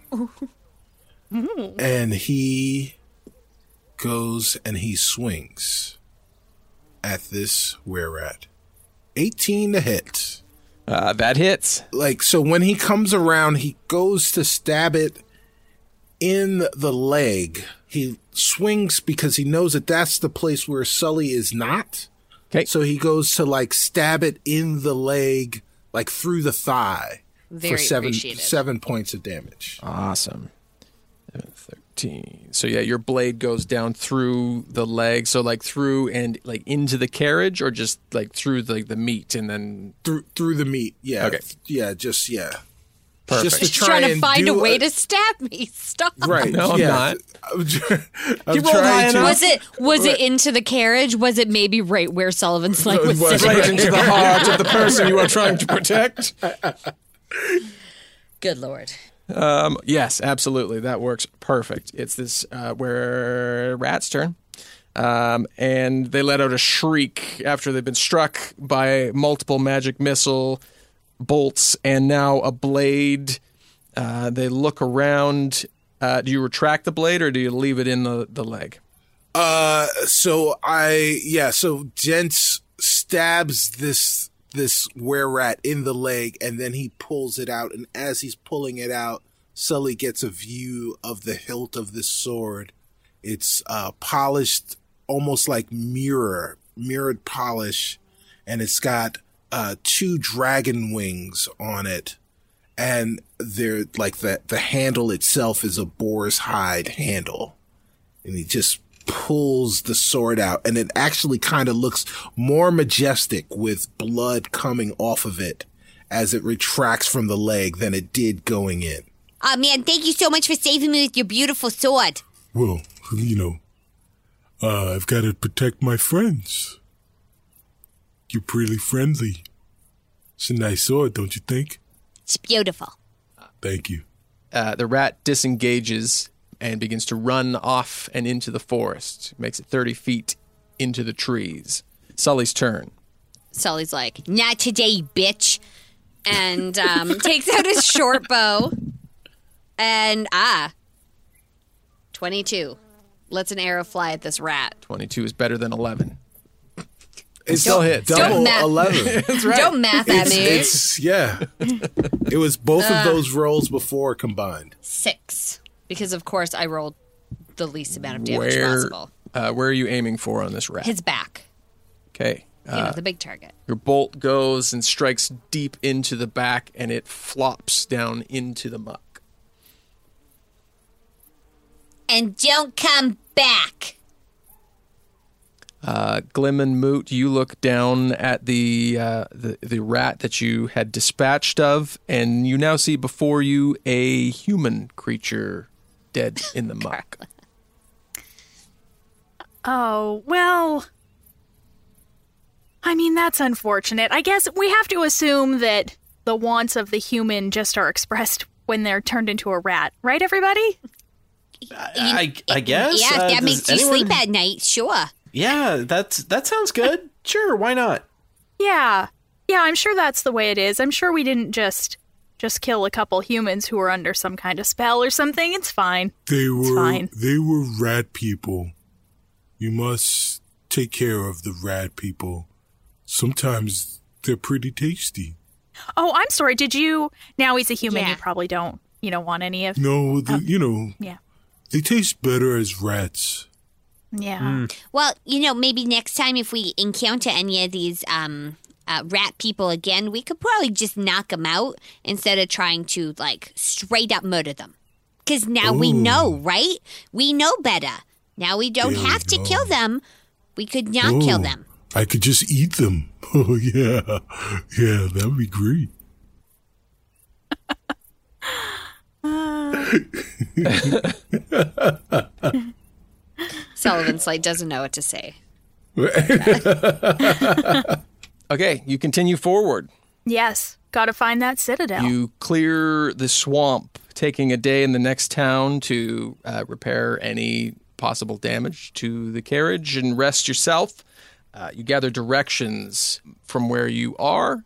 and he goes and he swings at this were at 18 to hit.
Uh, that hits.
Like so when he comes around, he goes to stab it in the leg. He swings because he knows that that's the place where Sully is not.
Okay.
So he goes to like stab it in the leg, like through the thigh,
Very
for seven
appreciated.
seven points of damage.
Awesome. 13. So yeah, your blade goes down through the leg, so like through and like into the carriage or just like through the, like the meat and then
through through the meat. Yeah.
Okay.
Yeah, just yeah.
perfect.
Just to try
trying to
and
find
do
a way
a-
to stab me. Stop.
Right.
(laughs) No, I'm
yeah.
not.
(laughs) I'm, tr- I'm
rolled high
trying to.
enough.
Was it was it into the carriage? Was it maybe right where Sullivan Slate was
was
sitting?
(laughs) right
(laughs)
into the heart of the person you are trying to protect.
Good lord.
Um, yes, absolutely. That works perfect. It's this uh, where rat's turn. Um, and they let out a shriek after they've been struck by multiple magic missile bolts and now a blade. Uh, they look around. Uh, do you retract the blade or do you leave it in the, the leg?
Uh, so I yeah. So Gents stabs this this were rat in the leg, and then he pulls it out. And as he's pulling it out, Sully gets a view of the hilt of this sword. It's uh, polished, almost like mirror mirrored polish, and it's got uh, two dragon wings on it. And they're like the the handle itself is a boar's hide handle and he just pulls the sword out and it actually kind of looks more majestic with blood coming off of it as it retracts from the leg than it did going in.
Oh man, thank you so much for saving me with your beautiful sword.
Well, you know, uh, I've got to protect my friends. You're pretty friendly. It's a nice sword, don't you think?
It's beautiful.
Thank you.
Uh, the rat disengages and begins to run off and into the forest, makes it 30 feet into the trees. Sully's turn.
Sully's like, not today, bitch. And um, (laughs) takes out his short bow. And ah, 22. Lets an arrow fly at this rat.
22 is better than 11.
It
still hits.
Double
Don't ma- (laughs)
11.
Don't math at
It's,
me.
it's- yeah. It was both
Uh.
of those rolls before combined.
Six. Because, of course, I rolled the least amount of damage
(laughs) Where,
possible.
uh, where are you aiming for on this rat? Uh.
His back.
okay.
You know, the big target.
Your bolt goes and strikes deep into the back and it flops down into the muck.
And don't come back.
Uh, Glim and Moot, you look down at the, uh, the the rat that you had dispatched of, and you now see before you a human creature dead in the muck.
Oh, well. I mean, that's unfortunate. I guess we have to assume that the wants of the human just are expressed when they're turned into a rat, right, everybody?
I, I
Uh, Yeah,
guess.
if
uh,
that
does
makes
anyone-
you sleep at night, sure.
Yeah, that's that
(laughs)
sounds good. sure, why not?
Yeah. Yeah, I'm sure that's the way it is. I'm sure we didn't just just kill a couple humans who were under some kind of spell or something. It's fine.
They were
fine.
they were rat people. You must take care of the rat people. Sometimes they're pretty tasty.
Oh, I'm sorry. Did you Now he's a human.
Yeah.
You probably don't, you know, want any of Oh.
No, the, you know
Yeah.
they taste better as rats.
Yeah.
Hmm.
Hmm.
Well, you know, maybe next time if we encounter any of these um, uh, rat people again, we could probably just knock them out instead of trying to like straight up murder them. Because now we know, right? We know better. Now we don't
There we
have to
go.
kill them. We could not kill
Oh,
them.
I could just eat them. (laughs) Oh yeah, yeah, that'd be great.
Sullivan Slate doesn't know what to say.
(laughs) Okay, you continue forward.
Yes. Got to find that citadel.
You clear the swamp, taking a day in the next town to uh, repair any possible damage to the carriage and rest yourself. Uh, you gather directions from where you are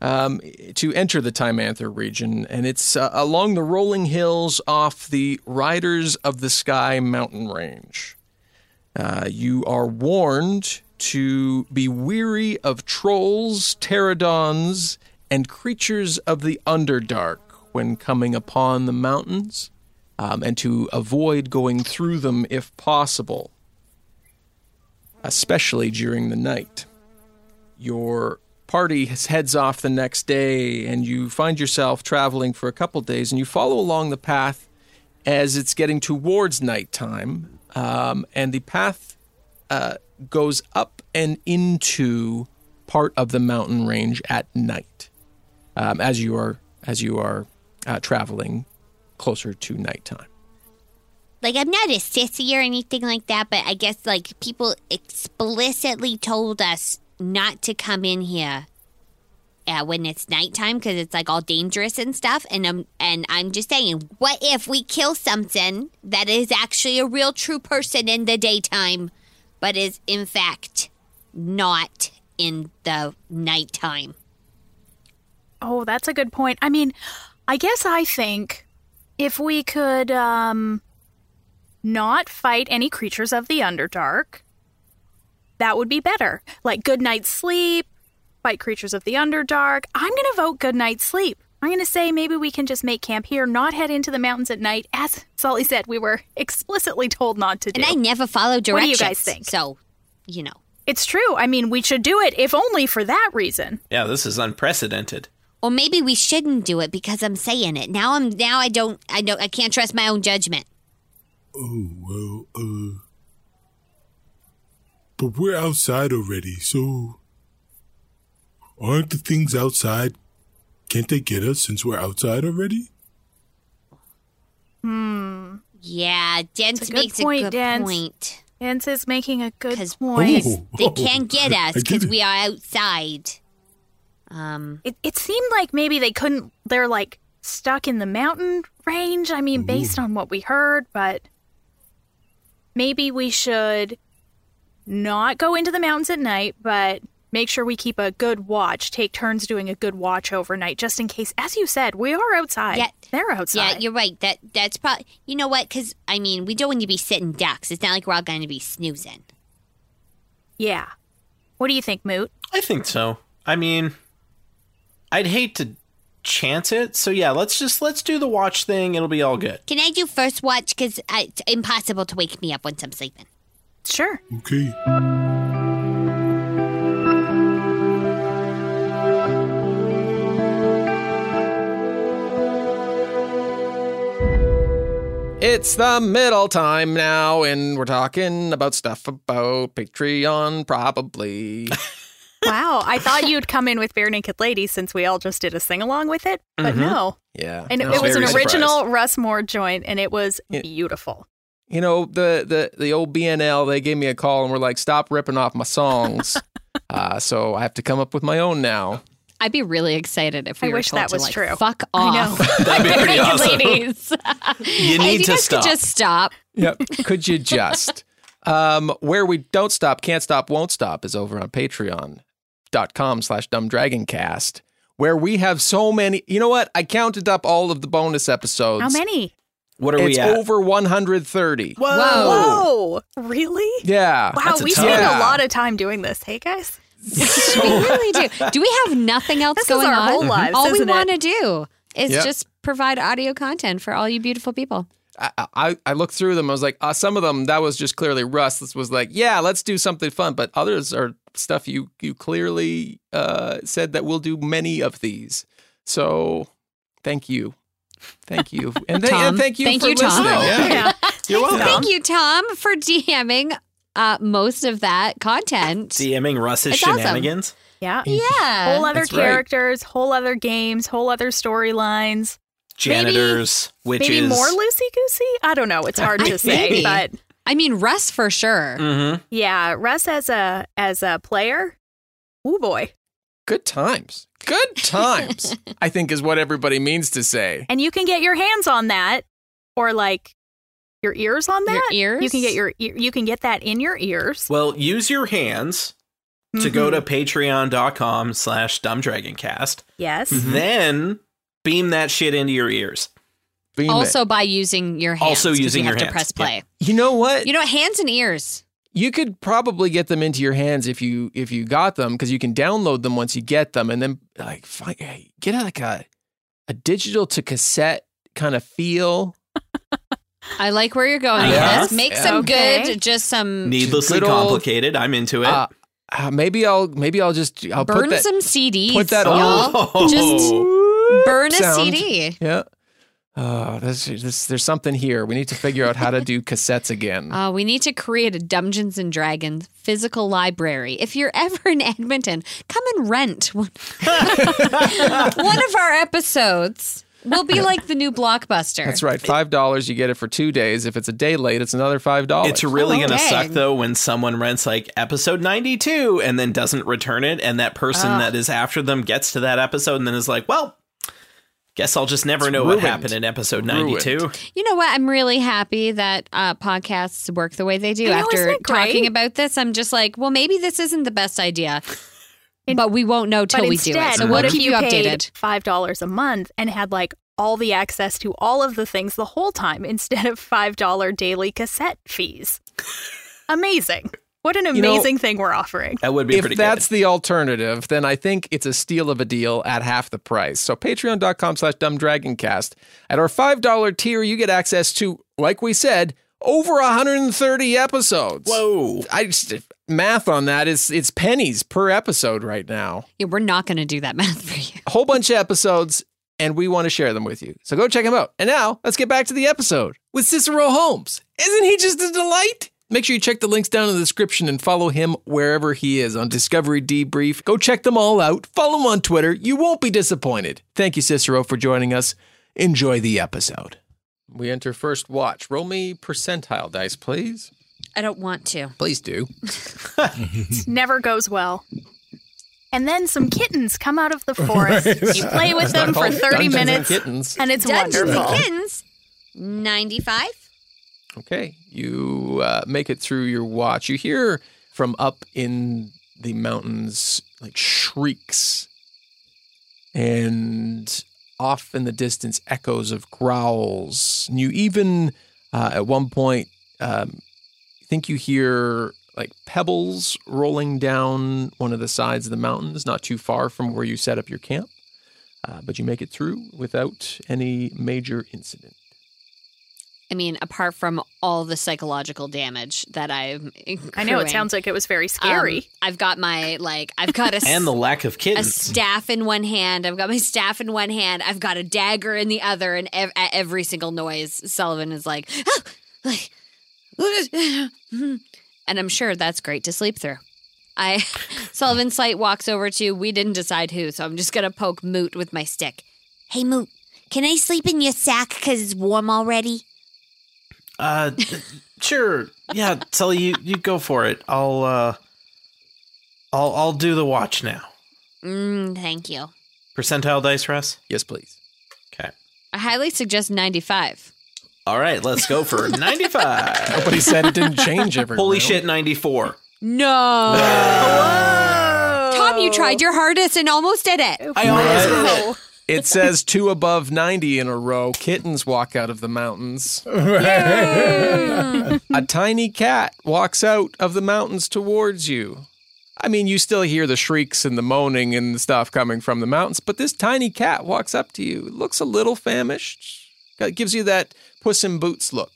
um, to enter the Timanther region, and it's uh, along the rolling hills off the Riders of the Sky mountain range. Uh, you are warned to be weary of trolls, pterodons, and creatures of the Underdark when coming upon the mountains, um, and to avoid going through them if possible, especially during the night. Your party heads off the next day, and you find yourself traveling for a couple days, and you follow along the path as it's getting towards nighttime, um, and the path uh, goes up and into part of the mountain range at night um, as you are as you are uh, traveling closer to nighttime.
like I'm not a sissy or anything like that, but I guess like people explicitly told us not to come in here uh, when it's nighttime because it's like all dangerous and stuff. And I'm and I'm just saying, what if we kill something that is actually a real true person in the daytime, but is in fact not in the nighttime?
Oh, that's a good point. I mean, I guess I think if we could um, not fight any creatures of the Underdark, that would be better. Like good night's sleep, fight creatures of the Underdark. I'm going to vote good night's sleep. I'm going to say maybe we can just make camp here, not head into the mountains at night, as Sully said we were (laughs) explicitly told not to do.
And I never follow
What do you
directions.
guys think?
So, you know.
it's true. I mean, we should do it, if only for that reason.
Yeah, this is unprecedented.
Or maybe we shouldn't do it because I'm saying it. Now I'm now I don't I don't I can't trust my own judgment.
Oh, well, uh. But we're outside already, so. Aren't the things outside. Can't they get us since we're outside already? (laughs)
Yeah, Dent
It's a good
makes
point,
a good
Dent.
point.
Ence is making a good
'Cause-
point.
Oh,
They
oh,
can't
(laughs)
get
I
us
get
because
it.
we are outside. Um,
It, it seemed like maybe they couldn't, they're like stuck in the mountain range. I mean, based on what we heard, but maybe we should not go into the mountains at night, but make sure we keep a good watch, take turns doing a good watch overnight, just in case, as you said, we are outside.
Yeah.
They're
yeah,
outside.
you're right. That that's probably you know what? Because I mean, we don't want to be sitting ducks. It's not like we're all going to be snoozing.
yeah. What do you think, Moot?
I think so. I mean, I'd hate to chance it. So yeah, let's just let's do the watch thing. It'll be all good.
Can I do first watch? Because it's impossible to wake me up once I'm sleeping.
Sure.
Okay.
It's the middle time now, and we're talking about stuff about Patreon, probably.
Wow.
(laughs)
I thought you'd come in with Bare Naked Ladies since we all just did a sing along with it, (laughs) but no.
Mm-hmm. Yeah,
And
I
it was an
very surprised.
original Russ Moore joint, and it was beautiful.
You know the the the old BNL. They gave me a call and were like, "Stop ripping off my
(laughs)
songs." uh, so I have to come up with my own now.
I'd be really excited if
I
we were
wish
told
that
to,
was
like,
true.
Fuck
I
off.
(laughs) know.
That'd be
(laughs) Thank
pretty
you,
awesome.
(laughs)
ladies. Hey,
You
if
need
you
to
guys
stop.
Could just stop.
Yep. Could you just? Um, where we don't stop, can't stop, won't stop is over on patreon.com slash dumbdragoncast, where we have so many. You know what? I counted up all of the bonus episodes.
How many?
What are
It's
we at?
over 130.
Whoa.
Whoa! Really?
Yeah.
Wow,
That's a
we
ton.
spend
Yeah.
a lot of time doing this. Hey guys,
(laughs) we really do. Do we have nothing else
This is
going
our
on?
whole lives,
all we
isn't it?
want to do is
Yep.
just provide audio content for all you beautiful people.
I, I, I looked through them. I was like, uh, some of them, that was just clearly Russ. This was like, yeah, let's do something fun. But others are stuff you, you clearly uh, said that we'll do many of these. So thank you. Thank (laughs) you. And, th-
Tom.
and thank you
Thank
for
you, Tom.
listening.
Yeah.
(laughs)
You're welcome.
Thank you, Tom, for (laughs) DMing uh, most of that content.
DMing Russ's
It's awesome.
shenanigans.
yeah,
yeah.
whole other
That's right.
characters, whole other games, whole other storylines.
Janitors, witches.
Maybe more loosey goosey. I don't know. It's hard to say,
Maybe.
but
I mean, Russ for sure.
Mm-hmm.
yeah, Russ as a as a player. Oh boy!
Good times. (laughs) Good times, I think is what everybody means to say.
And you can get your hands on that, or like your ears on
Your
that.
ears?
You can get your ear- you can get that in your ears.
Well, use your hands to go
Mhm.
to patreon.com slash dumbdragoncast.
yes.
Mm-hmm.
Then beam that shit into your ears.
Beam it.
Also by using your hands.
Also
'cause
using
you
your
have
hands.
to press play.
you know what?
You know, hands and ears.
you could probably get them into your hands if you if you got them because you can download them once you get them and then like find, hey, get like a a digital to cassette kind of feel
I like where you're going.
Yeah.
with this. Make some
Okay.
good, just some
Needlessly
good old-
complicated. I'm into it.
Uh, uh, uh, maybe I'll maybe I'll just I'll
burn
put that
some CDs.
put that Oh.
y'all. Just burn a
sound.
CD.
Yeah. Oh, this, this, there's something here. We need to figure out how to do
(laughs)
cassettes again.
Uh, we need to create a Dungeons and Dragons physical library. If you're (laughs) ever in Edmonton, come and rent one, (laughs) one of our episodes. We'll be like the new blockbuster.
That's right. Five dollars, you get it for two days. If it's a day late, it's another five dollars.
It's really
Oh,
going to
dang.
suck though when someone rents like episode 92 and then doesn't return it and that person that is after them gets to that episode and then is like, "Well, guess I'll just never know
ruined.
what happened in episode 92."
You know what? I'm really happy that uh, podcasts work the way they do.
I know, isn't
After
it great?
talking about this, I'm just like, well, maybe this isn't the best idea, but we won't know till
but
we
instead,
do it. So
what
we'll
if
keep
you
you
paid
updated.
five dollars a month and had like all the access to all of the things the whole time instead of five dollar daily cassette fees? Amazing! What an
know-
amazing thing we're offering.
That would be
If
pretty
that's
good.
the alternative, then I think it's a steal of a deal at half the price. So patreon.com slash dumbdragoncast. At our five dollar tier, you get access to, like we said, over 130 episodes.
Whoa.
I just math on that is it's pennies per episode right now.
Yeah, we're not going to do that (laughs) math for you.
A whole bunch of episodes, and we want to share them with you. So go check them out. And now let's get back to the episode with Cicero Holmes. Isn't he just a delight? Make sure you check the links down in the description and follow him wherever he is on Discovery Debrief. Go check them all out. Follow him on Twitter. You won't be disappointed. Thank you, Cicero, for joining us. Enjoy the episode. We enter first watch. Roll me percentile dice, please.
I don't want to.
Please do.
Never goes well. And then some kittens come out
(laughs)
of the (laughs) forest. You play with them for thirty
Dungeons and
minutes,
Kittens.
and it's
Dungeons
wonderful.
and Kittens, 95.
Okay, you uh, make it through your watch. You hear from up in the mountains like shrieks and off in the distance echoes of growls. And you even uh, at one point um, think you hear like pebbles rolling down one of the sides of the mountains, not too far from where you set up your camp. Uh, but you make it through without any major incident.
I mean, apart from all the psychological damage that I'm
I know it
accruing,
sounds like it was very
um,
scary.
I've got my, like, I've got a.
(laughs) and the lack of
a
kittens.
staff in one hand. I've got my staff in one hand. I've got a dagger in the other. And ev- at every single noise, Sullivan is like, "Ah, like, (laughs) and I'm sure that's great to sleep through. I (laughs) Sullivan Sight walks over to. We didn't decide who, so I'm just gonna poke Moot with my stick.
Hey, Moot, can I sleep in your sack because it's warm already?
uh sure. Yeah, Sully, you you go for it. I'll uh I'll I'll do the watch now.
Mm, thank you.
Percentile dice, Russ?
Yes, please.
Okay.
I highly suggest 95.
All right, let's go
(laughs)
for 95.
Nobody said it didn't change every
Holy
round.
shit, 94.
No, Tom, you tried your hardest and almost did it.
I almost
Oh,
It says two above 90 in a row. Kittens walk out of the mountains. a tiny cat walks out of the mountains towards you. I mean, you still hear the shrieks and the moaning and the stuff coming from the mountains, but this tiny cat walks up to you. It looks a little famished. It gives you that puss in boots look.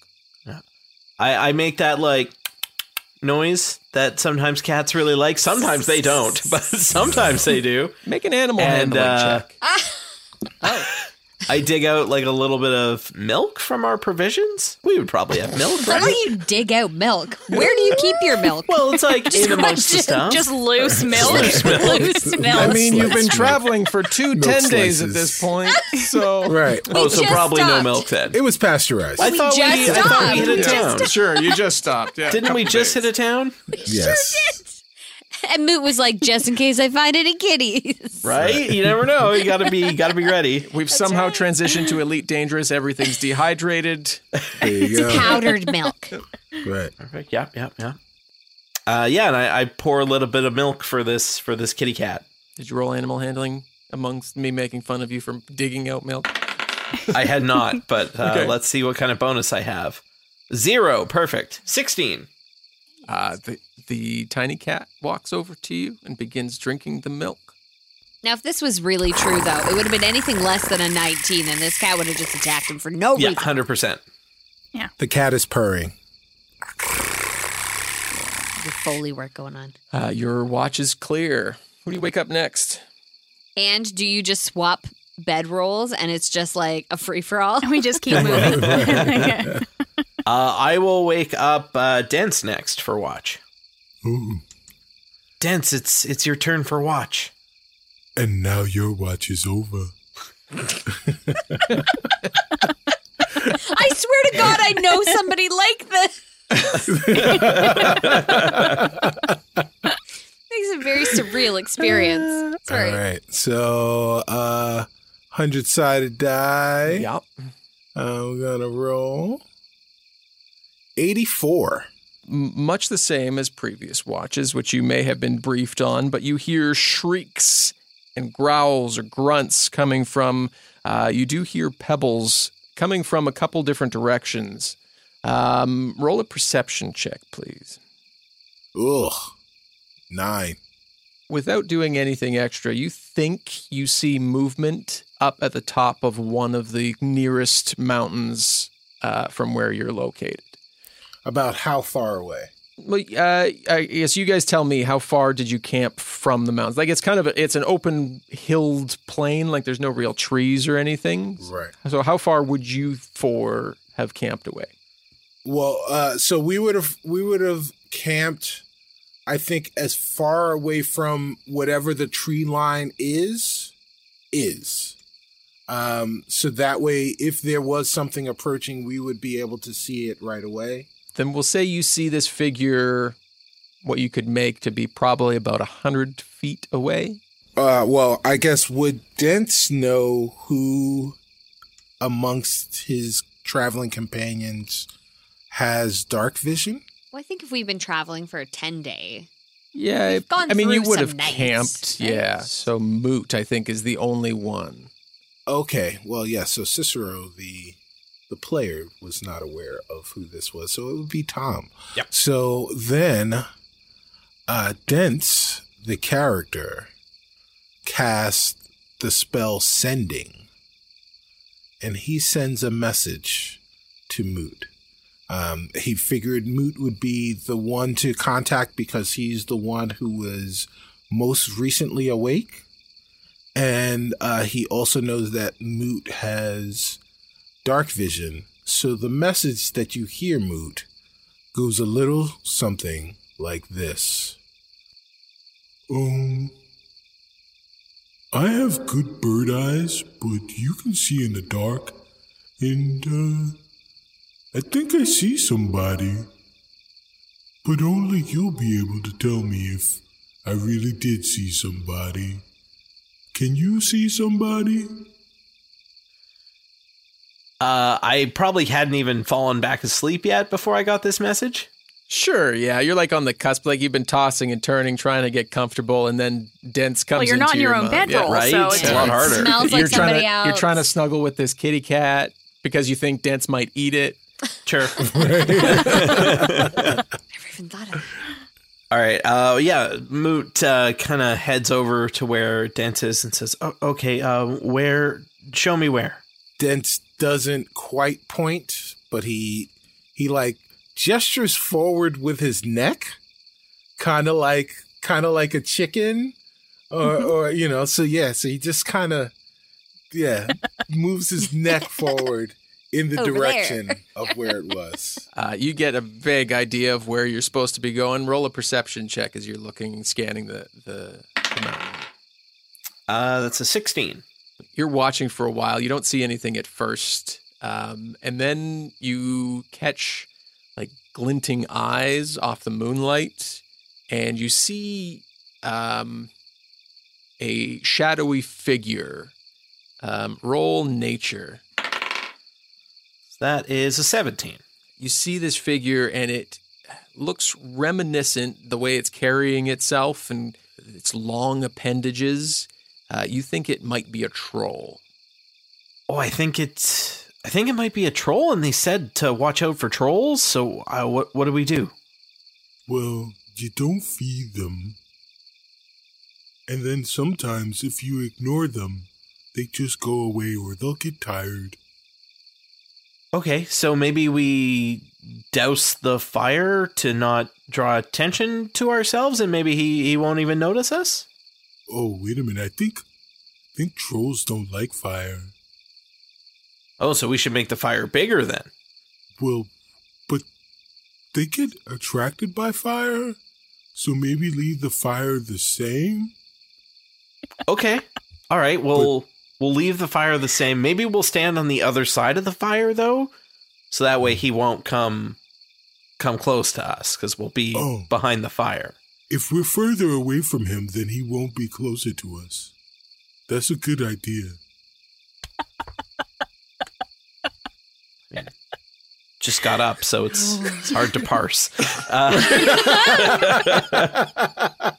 I, I make that like noise that sometimes cats really like. Sometimes they don't, (laughs) but sometimes they do.
Make an animal
And,
handling
uh,
check.
I dig out like a little bit of milk from our provisions. We would probably have milk.
How do
Right?
you dig out milk? Where do you keep your milk?
Well, it's like in amongst the
question-
stuff.
just loose
(laughs)
milk.
Loose
I
milk.
mean, you've been
slices.
traveling for two
Milk
10 days at
slices.
this point,
(laughs)
so.
Right.
oh, so
just
probably no
stopped.
milk then.
It was pasteurized.
I thought we,
just
I thought we
stopped.
hit a
We
town.
Sure, you just stopped. Yeah,
Didn't we
couple
just
days.
hit a town?
yes.
And Moot was like, just in case I find any kitties.
Right? You never know. You gotta be you gotta be ready.
We've somehow transitioned to Elite Dangerous. Everything's dehydrated.
There you go.
Powdered milk.
Right.
Perfect. Yeah, yeah, yeah. Uh, yeah, and I, I pour a little bit of milk for this for this kitty cat.
Did you roll animal handling amongst me making fun of you for digging out milk?
I had not, (laughs) but uh,
Okay.
let's see what kind of bonus I have. Zero, perfect. Sixteen.
Uh, the, the tiny cat walks over to you and begins drinking the milk.
Now, if this was really true, though, it would have been anything less than a 19, and this cat would have just attacked him for no
Yeah,
(laughs)
reason. (laughs)
hundred percent.
The cat is purring.
the Foley work going on.
Uh, your watch is clear. Who do you wake up next?
And do you just swap bed rolls and it's just like a free for all?
We just keep moving.
(laughs)
Yeah.
Uh, I will wake up uh, Dents next for watch.
Ooh.
Dents, it's it's your turn for watch.
And now your watch is over.
I swear to God, I know somebody like this. It's a very surreal
Uh,
experience. Sorry.
All right. So, uh, 100 sided die.
Yep.
I'm going to roll 84.
M- much the same as previous watches, which you may have been briefed on, but you hear shrieks and growls or grunts coming from, uh, you do hear pebbles coming from a couple different directions. Um, roll a perception check, please.
Ugh. Nine.
Without doing anything extra, you think you see movement up at the top of one of the nearest mountains uh, from where you're located.
About how far away?
Well, uh, I guess you guys tell me how far did you camp from the mountains? Like it's kind of a, it's an open hilled plain, like there's no real trees or anything.
Right.
So how far would you four have camped away?
Well, uh, so we would have we would have camped, I think, as far away from whatever the tree line is, is. Um, so that way, if there was something approaching, we would be able to see it right away.
Then we'll say you see this figure, what you could make to be probably about a hundred feet away.
Uh, well, I guess would Dents know who amongst his traveling companions has dark vision?
Well, I think if we've been traveling for a 10 day,
Yeah,
We've gone
I mean you
through
would
some
have
nights,
camped.
right?
Yeah, so Moot I think is the only one.
Okay, well, yeah. So Cicero, the the player, was not aware of who this was, so it would be Tom.
Yep.
So then, uh, Dents, the character, cast the spell sending, and he sends a message to Moot. Um, he figured Moot would be the one to contact because he's the one who was most recently awake and uh, he also knows that Moot has dark vision. So the message that you hear, Moot, goes a little something like this.
Um, I have good bird eyes, but you can see in the dark. And, uh, I think I see somebody. But only you'll be able to tell me if I really did see somebody. Can you see somebody?
Uh, I probably hadn't even fallen back asleep yet before I got this
(laughs)
message. (laughs)
Sure, yeah. You're like on the cusp, like you've been tossing and turning, trying to get comfortable, and then dense comes.
Well, you're not in
into
your own
mind.
bedroll,
right?
so
It's
it's
a lot
it's-
harder.
smells like
you're trying
somebody
to
else.
you're trying to snuggle with this kitty cat because you think dense might eat it. (laughs)
(laughs)
Sure.
Never even thought of it.
All right. Uh, yeah. Moot uh, kind of heads over to where Dent is and says, oh, "Okay, uh, where? Show me where."
Dent doesn't quite point, but he he like gestures forward with his neck, kind of like kind of like a chicken, or
Mm-hmm.
or you know. So yeah, so he just kind of yeah moves his neck forward in the
(laughs) Over there.
direction of where it
(laughs)
was.
Uh, you get a vague idea of where you're supposed to be going. Roll a perception check as you're looking and scanning the, the, the mountain.
Uh, that's a sixteen.
You're watching for a while. You don't see anything at first. Um, and then you catch like glinting eyes off the moonlight and you see um, a shadowy figure. Um, roll nature.
That is a seventeen.
you see this figure and it looks reminiscent the way it's carrying itself and its long appendages uh, you think it might be a troll
Oh, I think it's. I think it might be a troll, and they said to watch out for trolls. So, uh, what what do we do?
Well, you don't feed them. And then sometimes, if you ignore them, they just go away or they'll get tired.
Okay, so maybe we douse the fire to not draw attention to ourselves, and maybe he, he won't even notice us?
Oh, wait a minute. I think, I think trolls don't like fire.
Oh, so we should make the fire bigger then.
Well, but they get attracted by fire, so maybe leave the fire the same.
Okay. All right. We'll we'll leave the fire the same. Maybe we'll stand on the other side of the fire though, so that way he won't come come close to us because we'll be
Oh.
behind the fire.
If we're further away from him, then he won't be closer to us. That's a good idea.
Just got up, so it's it's hard
(laughs)
to parse. Uh, (laughs)
(laughs)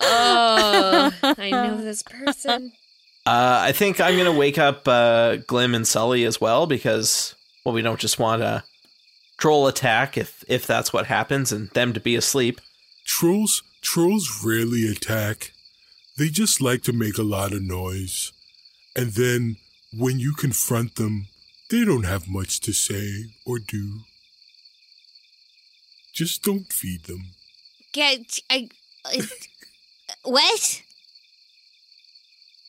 Oh, I know this person.
Uh, I think I'm gonna wake up uh, Glim and Sully as well because well, we don't just want a troll attack if if that's what happens, and them to be asleep.
Trolls, trolls rarely attack. They just like to make a lot of noise. And then when you confront them, they don't have much to say or do. Just don't feed them.
Get I. it- what?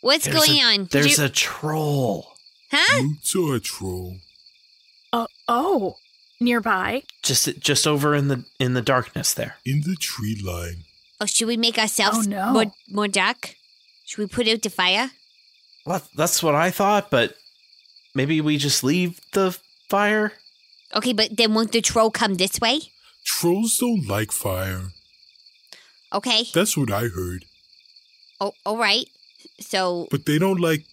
What's
There's
going
a-
on? Did
There's
you- Ah!
a troll
huh?
Moots are a troll.
Uh, oh, nearby.
just just over in the in the darkness there.
In the tree line.
Oh, should we make ourselves
Oh, no.
more more dark? Should we put out the fire?
Well, that's what I thought, but maybe we just leave the fire.
Okay, but then won't the troll come this way?
Trolls don't like fire.
Okay.
That's what I heard.
Oh, all right. So
But they don't like.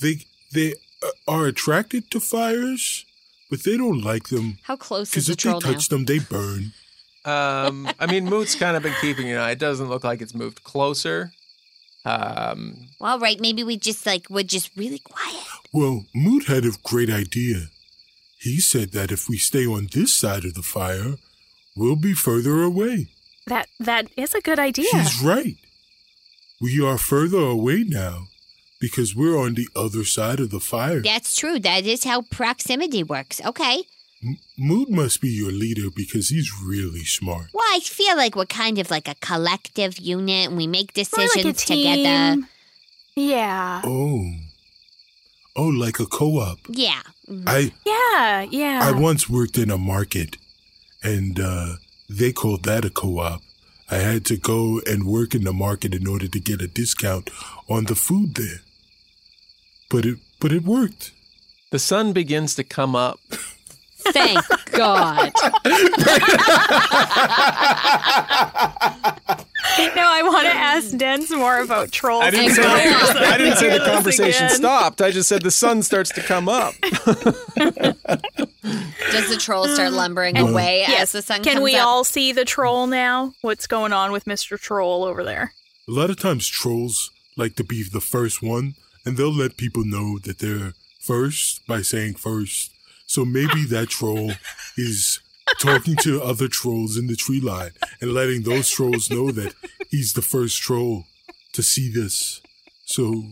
They they uh, are attracted to fires, but they don't like them
How close is
because
the
if they
troll now?
touch them, they burn.
Um, I mean, Moot's kind of been keeping an eye. It doesn't look like it's moved closer. Um,
well, all right. Maybe we just like we're just really quiet.
Well, Moot had a great idea. He said that if we stay on this side of the fire, we'll be further away.
That that is a good idea.
She's right. We are further away now because we're on the other side of the fire.
That's true. That is how proximity works. Okay.
M- Moot must be your leader because he's really smart.
Well, I feel like we're kind of like a collective unit, and we make
More
decisions
like a
together.
team. Yeah.
Oh. Oh, like a co op.
Yeah.
I
Yeah. Yeah.
I once worked in a market, and uh, they called that a co-op. I had to go and work in the market in order to get a discount on the food there. But it but it worked.
the sun begins to come up.
Thank God.
no, (laughs) I want to ask Dens more about trolls.
didn't say-
(laughs)
(laughs) I didn't say the
Hear this
conversation
again.
stopped. I just said the sun starts to come up.
Does the troll start lumbering away as the sun
Um, Can
comes
we
up?
all see the troll now? What's going on with Mr. Troll over there?
A lot of times trolls like to be the first one, and they'll let people know that they're first by saying first.
(laughs)
So maybe that troll is talking to other trolls in the tree line and letting those trolls know that he's the first troll to see this. So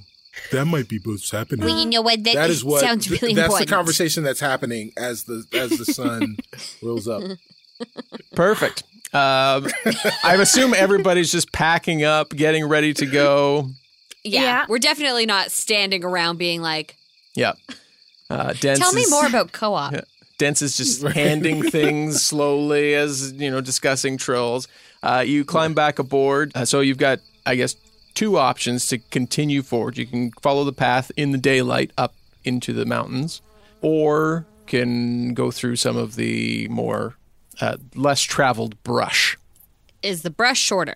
that might be what's happening.
Well, you know what? That,
That is what
sounds
th-
really
that's
important.
the conversation that's happening as the as the sun rolls up.
(laughs) Perfect. Um, I assume everybody's just packing up, getting ready to go.
Yeah.
Yeah.
We're definitely not standing around being like,
Yep. Uh, Dents
tell me
is-
more about co op.
Dents is just handing things slowly as you know, discussing trills. Uh, you climb back aboard, uh, so you've got, I guess, two options to continue forward. You can follow the path in the daylight up into the mountains, or can go through some of the more uh, less traveled brush.
Is the brush shorter?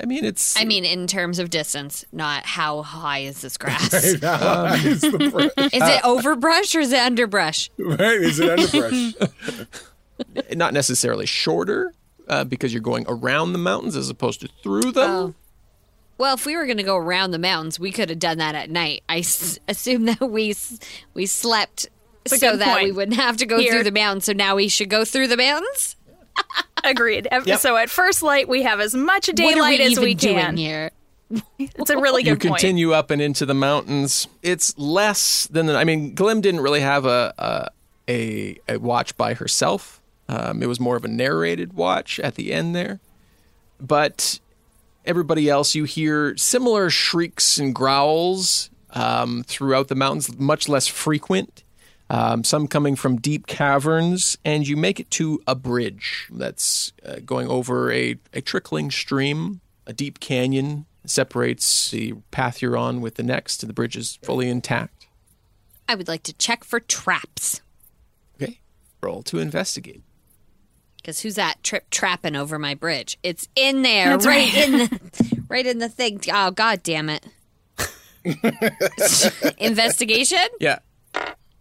I mean, it's
I mean, in terms of distance, not how high is this
(laughs)
grass? is
Um,
It's the brush,
it overbrush or is it underbrush?
right? Is it underbrush?
(laughs) not necessarily shorter uh, because you're going around the mountains as opposed to through them.
Oh. Well, if we were going to go around the mountains, we could have done that at night. I s- assume that we s- we slept
That's a
so
good
that we
point.
wouldn't have to go
Here.
through the mountains. So now we should go through the mountains.
Agreed. Ev- So at first light, we have as
What
much
are
daylight
we
as
even
we
doing
can.
here?
It's a really good
you
point.
continue up and into the mountains. It's less than the, I mean, Glim didn't really have a, a a, a watch by herself. Um, it was more of a narrated watch at the end there. But everybody else, you hear similar shrieks and growls um, throughout the mountains, much less frequent. Um, some coming from deep caverns, and you make it to a bridge that's uh, going over a, a trickling stream. A deep canyon separates the path you're on with the next, and the bridge is fully intact.
I would like to check for traps.
Okay. Roll to investigate.
Because who's that trip trapping over my bridge? It's in there,
That's
right,
right.
in the, right in the thing. Oh
(laughs)
god damn it! Investigation
Yeah.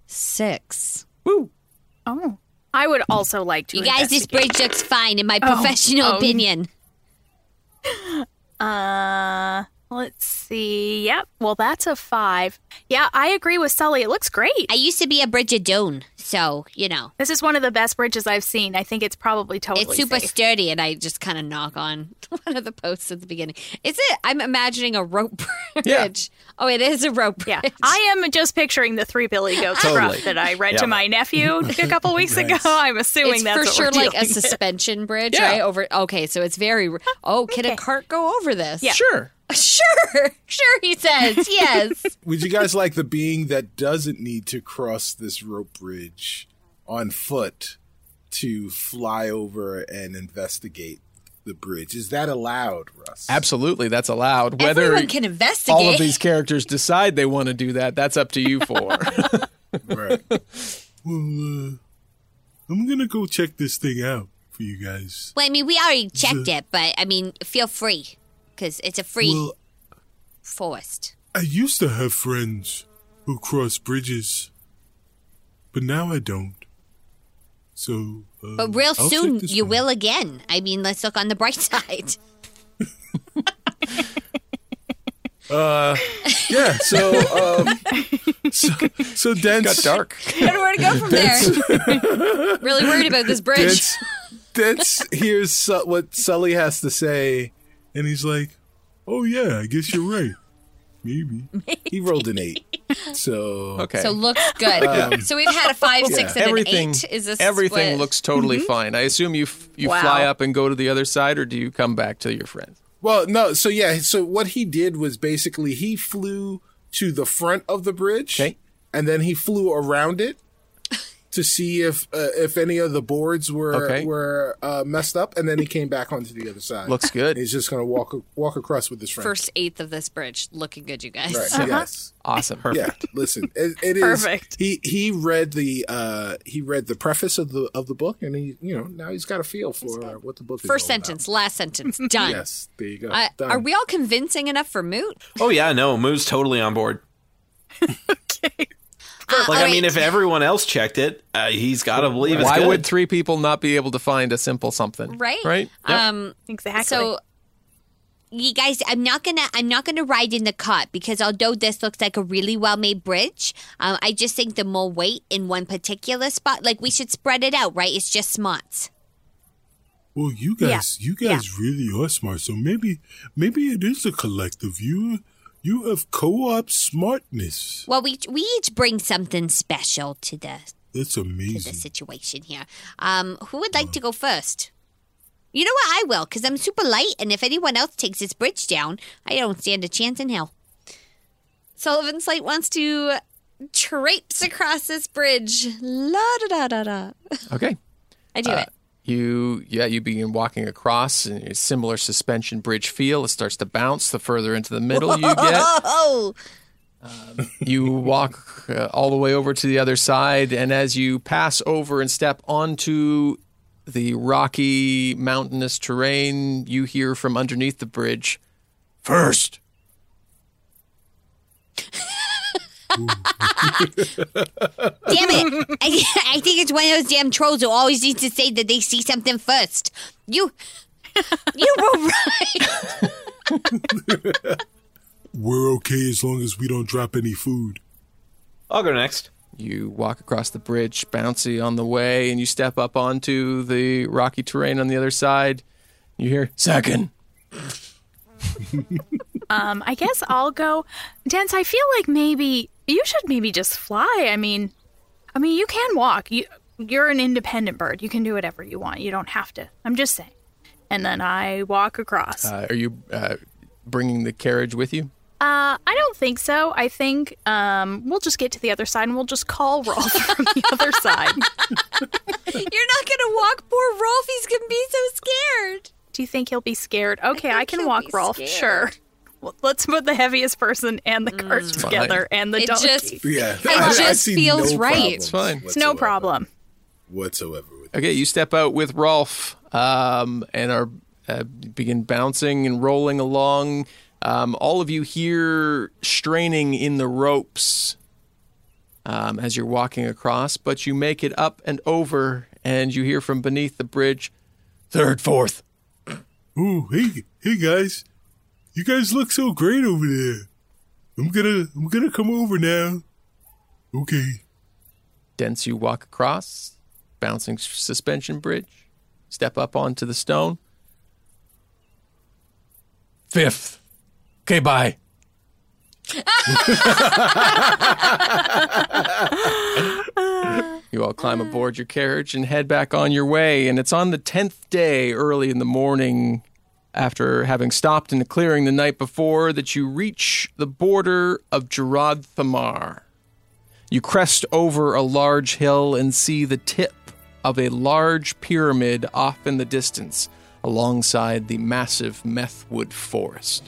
six.
Woo.
Oh, I would also like to.
You guys, this
investigate.
bridge looks fine, in my professional
(laughs)
oh.
opinion.
Uh, let's see. Yep. Well, that's a five. Yeah, I agree with Sully. It looks great.
I used to be a bridge of Doon, so you know
This is one of
(laughs)
the best bridges I've seen. I think it's probably totally
It's
It's super
safe.
sturdy, and I just kind of knock on (laughs) one of the posts at the beginning. Is it? I'm imagining a rope (laughs) bridge.
Yeah.
Oh, it is a rope
Yeah,
bridge.
I am just picturing the three Billy
(laughs)
Goats
Totally.
rough that I read
Yeah.
to my nephew a couple weeks ago. I'm assuming
it's
that's
for
what
sure
we're
like a
dealing with.
suspension bridge,
Yeah.
right? Over. Okay, so it's very. Oh,
(laughs)
can a cart go over this?
Yeah.
Sure.
(laughs) Sure, sure. He
(laughs)
says yes.
Would you guys like the being that doesn't need to cross this rope bridge on foot to fly over and investigate the bridge? Is that allowed, Russ?
Absolutely. That's allowed. Whether
Everyone can investigate.
all of these characters decide they want to do that, that's up to you (laughs) for.
Right.
Well, uh, I'm gonna go check this thing out for you guys.
Well, I mean, we already checked it, but I mean, feel free because it's a free
Well,
forest.
I used to have friends who crossed bridges, but now I don't. So, uh,
But real
I'll
soon
check this
you
one.
will again. I mean, let's look on the bright (laughs) side.
Uh,
Yeah. So,
so, (laughs) um,
so dense.
got dark.
I don't know where to go from there. (laughs) really worried about this bridge.
Dense,
(laughs)
Dense hears Su- what Sully has to say.
And he's like, "Oh yeah, I guess you're right. Maybe."
(laughs)
He rolled an eight. So
Okay. Um,
So looks
(laughs)
good. so we've had a five, six, and
everything
an eight. Is this Mm-hmm.
everything
split?
looks totally fine. I assume you f- you
Wow.
fly up and go to the other side, or do you come back to your friends?
Well, no. So yeah. So what he did was basically he flew to the front of the bridge,
Okay.
and then he flew around it to see if uh, if any of the boards were
Okay.
were uh, messed up, and then he came back onto the other side.
Looks good.
He's just gonna walk walk across with his friend.
first eighth of this bridge looking good, you guys. (laughs) Uh-huh.
right? Yes.
Awesome.
Yeah. Listen, it, it is
Perfect.
He he read the uh he read the preface of the of the book, and he you know now he's got a feel for uh, what the book is.
First
all about.
sentence,
(laughs)
last sentence, done.
Yes. There you go.
Uh,
Done.
are we all convincing enough for Moot?
Oh yeah, no, Moo's totally on board. (laughs)
Uh,
Like, I mean, if everyone else checked it, uh, he's got to believe it's
Why
good.
would three people not be able to find a simple something?
Right.
Right. Yep.
Um,
Exactly.
so
you guys i'm not gonna i'm not gonna ride in the cart because although this looks like a really well made bridge um, i just think the more weight in one particular spot like we should spread it out right it's just smart
Well, you
Yeah.
guys, you guys really are smart. So maybe, maybe it is a collective. You, you have co-op smartness.
well we we each bring something special to the
That's
to the
amazing.
situation here um who would like to go first you know what i will because i'm super light and if anyone else takes this bridge down i don't stand a chance in hell
Sullivan Slate wants to traipse across this bridge. La da da da da. (laughs)
Okay.
I do
Uh,
it.
You yeah you begin walking across and a similar suspension bridge feel. It starts to bounce the further into the middle you get.
(laughs)
oh
You walk uh, all the way over to the other side, and as you pass over and step onto the rocky, mountainous terrain, you hear from underneath the bridge, First!
Damn it. (laughs) I, I think it's one of those damn trolls who always needs to say that they see something first. You. (laughs) You were right.
We're okay as long as we don't drop any food.
I'll go next.
You walk across the bridge, bouncy on the way, and you step up onto the rocky terrain on the other side. You hear, Second!
um, I guess I'll go. Dense, I feel like maybe you should maybe just fly. I mean, I mean, you can walk. You, you're an independent bird. You can do whatever you want. You don't have to. I'm just saying. And then I walk across. Uh,
Uh, are you uh, bringing the carriage with you?
Uh, I don't think so. I think um, we'll just get to the other side and we'll just call (laughs) Rolf from the other side.
You're not gonna walk poor Rolf. He's gonna be so scared.
Do you think he'll be scared? Okay, I, can
he'll
walk
be
Rolf.
scared. Mm.
Sure. Well, let's put the heaviest person and the cart together and the
It
donkey.
just-
Yeah.
It just feels right.
It's fine.
it's no problem.
Whatsoever. with
Okay, you step out with Rolf um, and are uh, begin bouncing and rolling along. Um, all of you hear straining in the ropes um, as you're walking across, but you make it up and over, and you hear from beneath the bridge, third, fourth.
Ooh, hey, hey guys, you guys look so great over there. I'm gonna, I'm gonna come over now. Okay.
Dense, you walk across, bouncing s- suspension bridge, step up onto the stone. Fifth. Okay, bye. you all climb aboard your carriage and head back on your way. And it's on the 10th day, early in the morning, after having stopped in a clearing the night before, that you reach the border of Gerard Thamar. You crest over a large hill and see the tip of a large pyramid off in the distance, alongside the massive methwood forest.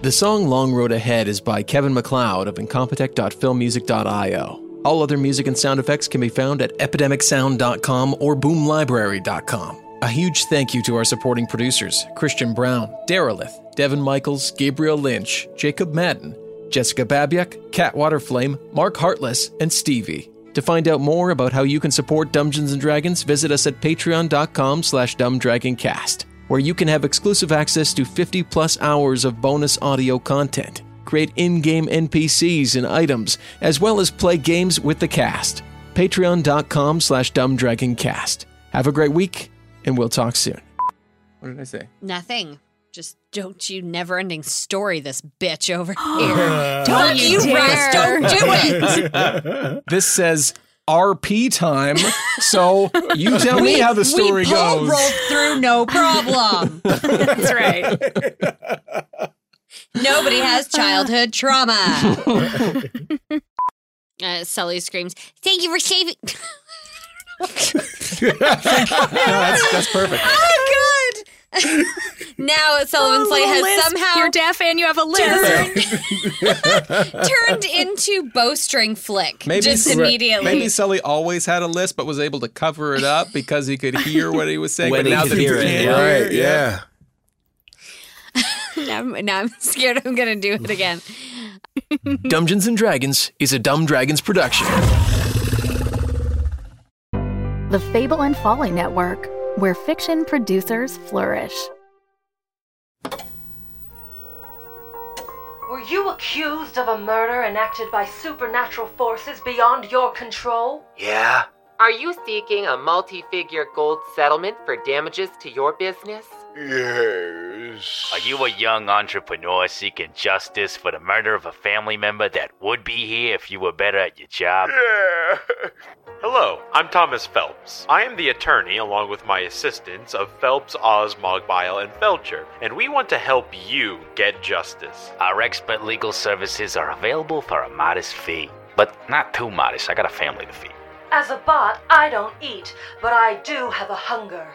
The song Long Road Ahead is by Kevin McLeod of incompetech.filmmusic.io. All other music and sound effects can be found at epidemicsound.com or boomlibrary.com. A huge thank you to our supporting producers Christian Brown, Derelith, Devin Michaels, Gabriel Lynch, Jacob Madden, Jessica Babiak, Cat Waterflame, Mark Heartless, and Stevie. To find out more about how you can support Dungeons & Dragons, visit us at patreon.com slash dumbdragoncast, where you can have exclusive access to 50 plus hours of bonus audio content, create in-game NPCs and items, as well as play games with the cast. Patreon.com slash dumbdragoncast. Have a great week, and we'll talk (laughs) soon. What did I say?
Nothing. Just don't you never-ending story this bitch
(gasps)
over here.
Don't
you, Russ, don't do
(laughs)
it.
This says RP time, so you
(laughs)
(laughs) tell me how the
we
story
pole
goes. (laughs)
rolled through no problem.
(laughs) That's right.
Nobody has childhood
(laughs)
trauma. Oh, uh, Sully screams,
Thank you for saving.
that's, that's perfect.
"Oh, good!" (laughs) now Sullivan Slate
Little
has
Oh, lisp.
somehow
You're deaf and you have a lisp.
(laughs)
turned into bowstring flick
Maybe
just
Right.
immediately.
Maybe Sully always had a list, but was able to cover it up because he could hear what he was saying.
When
but
he
now
could
that he
hear it,
can't
yeah.
Right, yeah.
hear,
(laughs) now, I'm, now I'm scared I'm gonna do it again.
Dungeons and Dragons is a Dumb Dragons production.
The Fable and Folly Network, where fiction producers flourish.
Were you accused of a murder enacted by supernatural forces beyond your control?
Yeah? Are you seeking a multi figure gold settlement for damages to your business?
Yes. Are you a young entrepreneur seeking justice for the murder of a family member that would be here if you were better at your job?
Hello, I'm Thomas Phelps. I am the attorney, along with my assistants, of Phelps, Oz, Mogbile, and Felcher, and we want to help you get justice.
Our expert legal services are available for a modest fee, but not too modest. I got a family to feed.
As a bot, I don't eat, but I do have a hunger.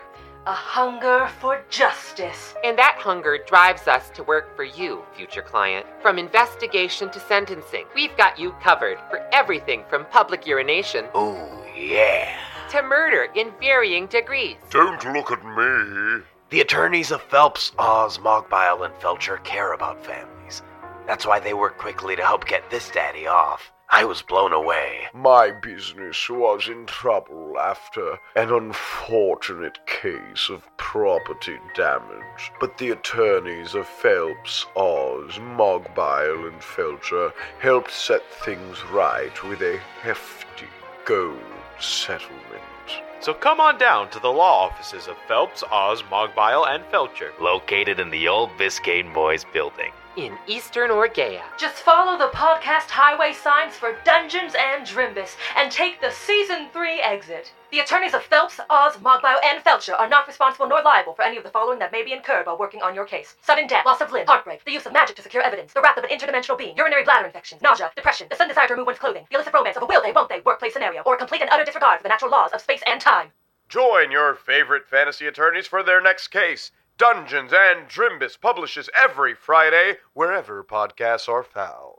A hunger for justice.
And that hunger drives us to work for you, future client. From investigation to sentencing, we've got you covered for everything from public urination
Ooh, yeah.
to murder in varying degrees.
Don't look at me.
The attorneys of Phelps, Oz, Mogbile, and Felcher care about families. That's why they work quickly to help get this daddy off. I was blown away.
(laughs) My business was in trouble after an unfortunate case of property damage, but the attorneys of Phelps, Oz, Mogbile, and Felcher helped set things right with a hefty gold settlement.
So come on down to the law offices of Phelps, Oz, Mogbile, and Felcher.
Located in the old Biscayne Boys building.
In Eastern Orgea.
Just follow the podcast highway signs for Dungeons and Drimbus and take the Season 3 exit. The attorneys of Phelps, Oz, Mogbio, and Felcher are not responsible nor liable for any of the following that may be incurred while working on your case sudden death, loss of limb, heartbreak, the use of magic to secure evidence, the wrath of an interdimensional being, urinary bladder infection, nausea, depression, the sudden desire to remove one's clothing, the illicit romance of a will they, won't they workplace scenario, or complete and utter disregard for the natural laws of space and time.
Join your favorite fantasy attorneys for their next case. Dungeons and Drimbus publishes every Friday wherever podcasts are found.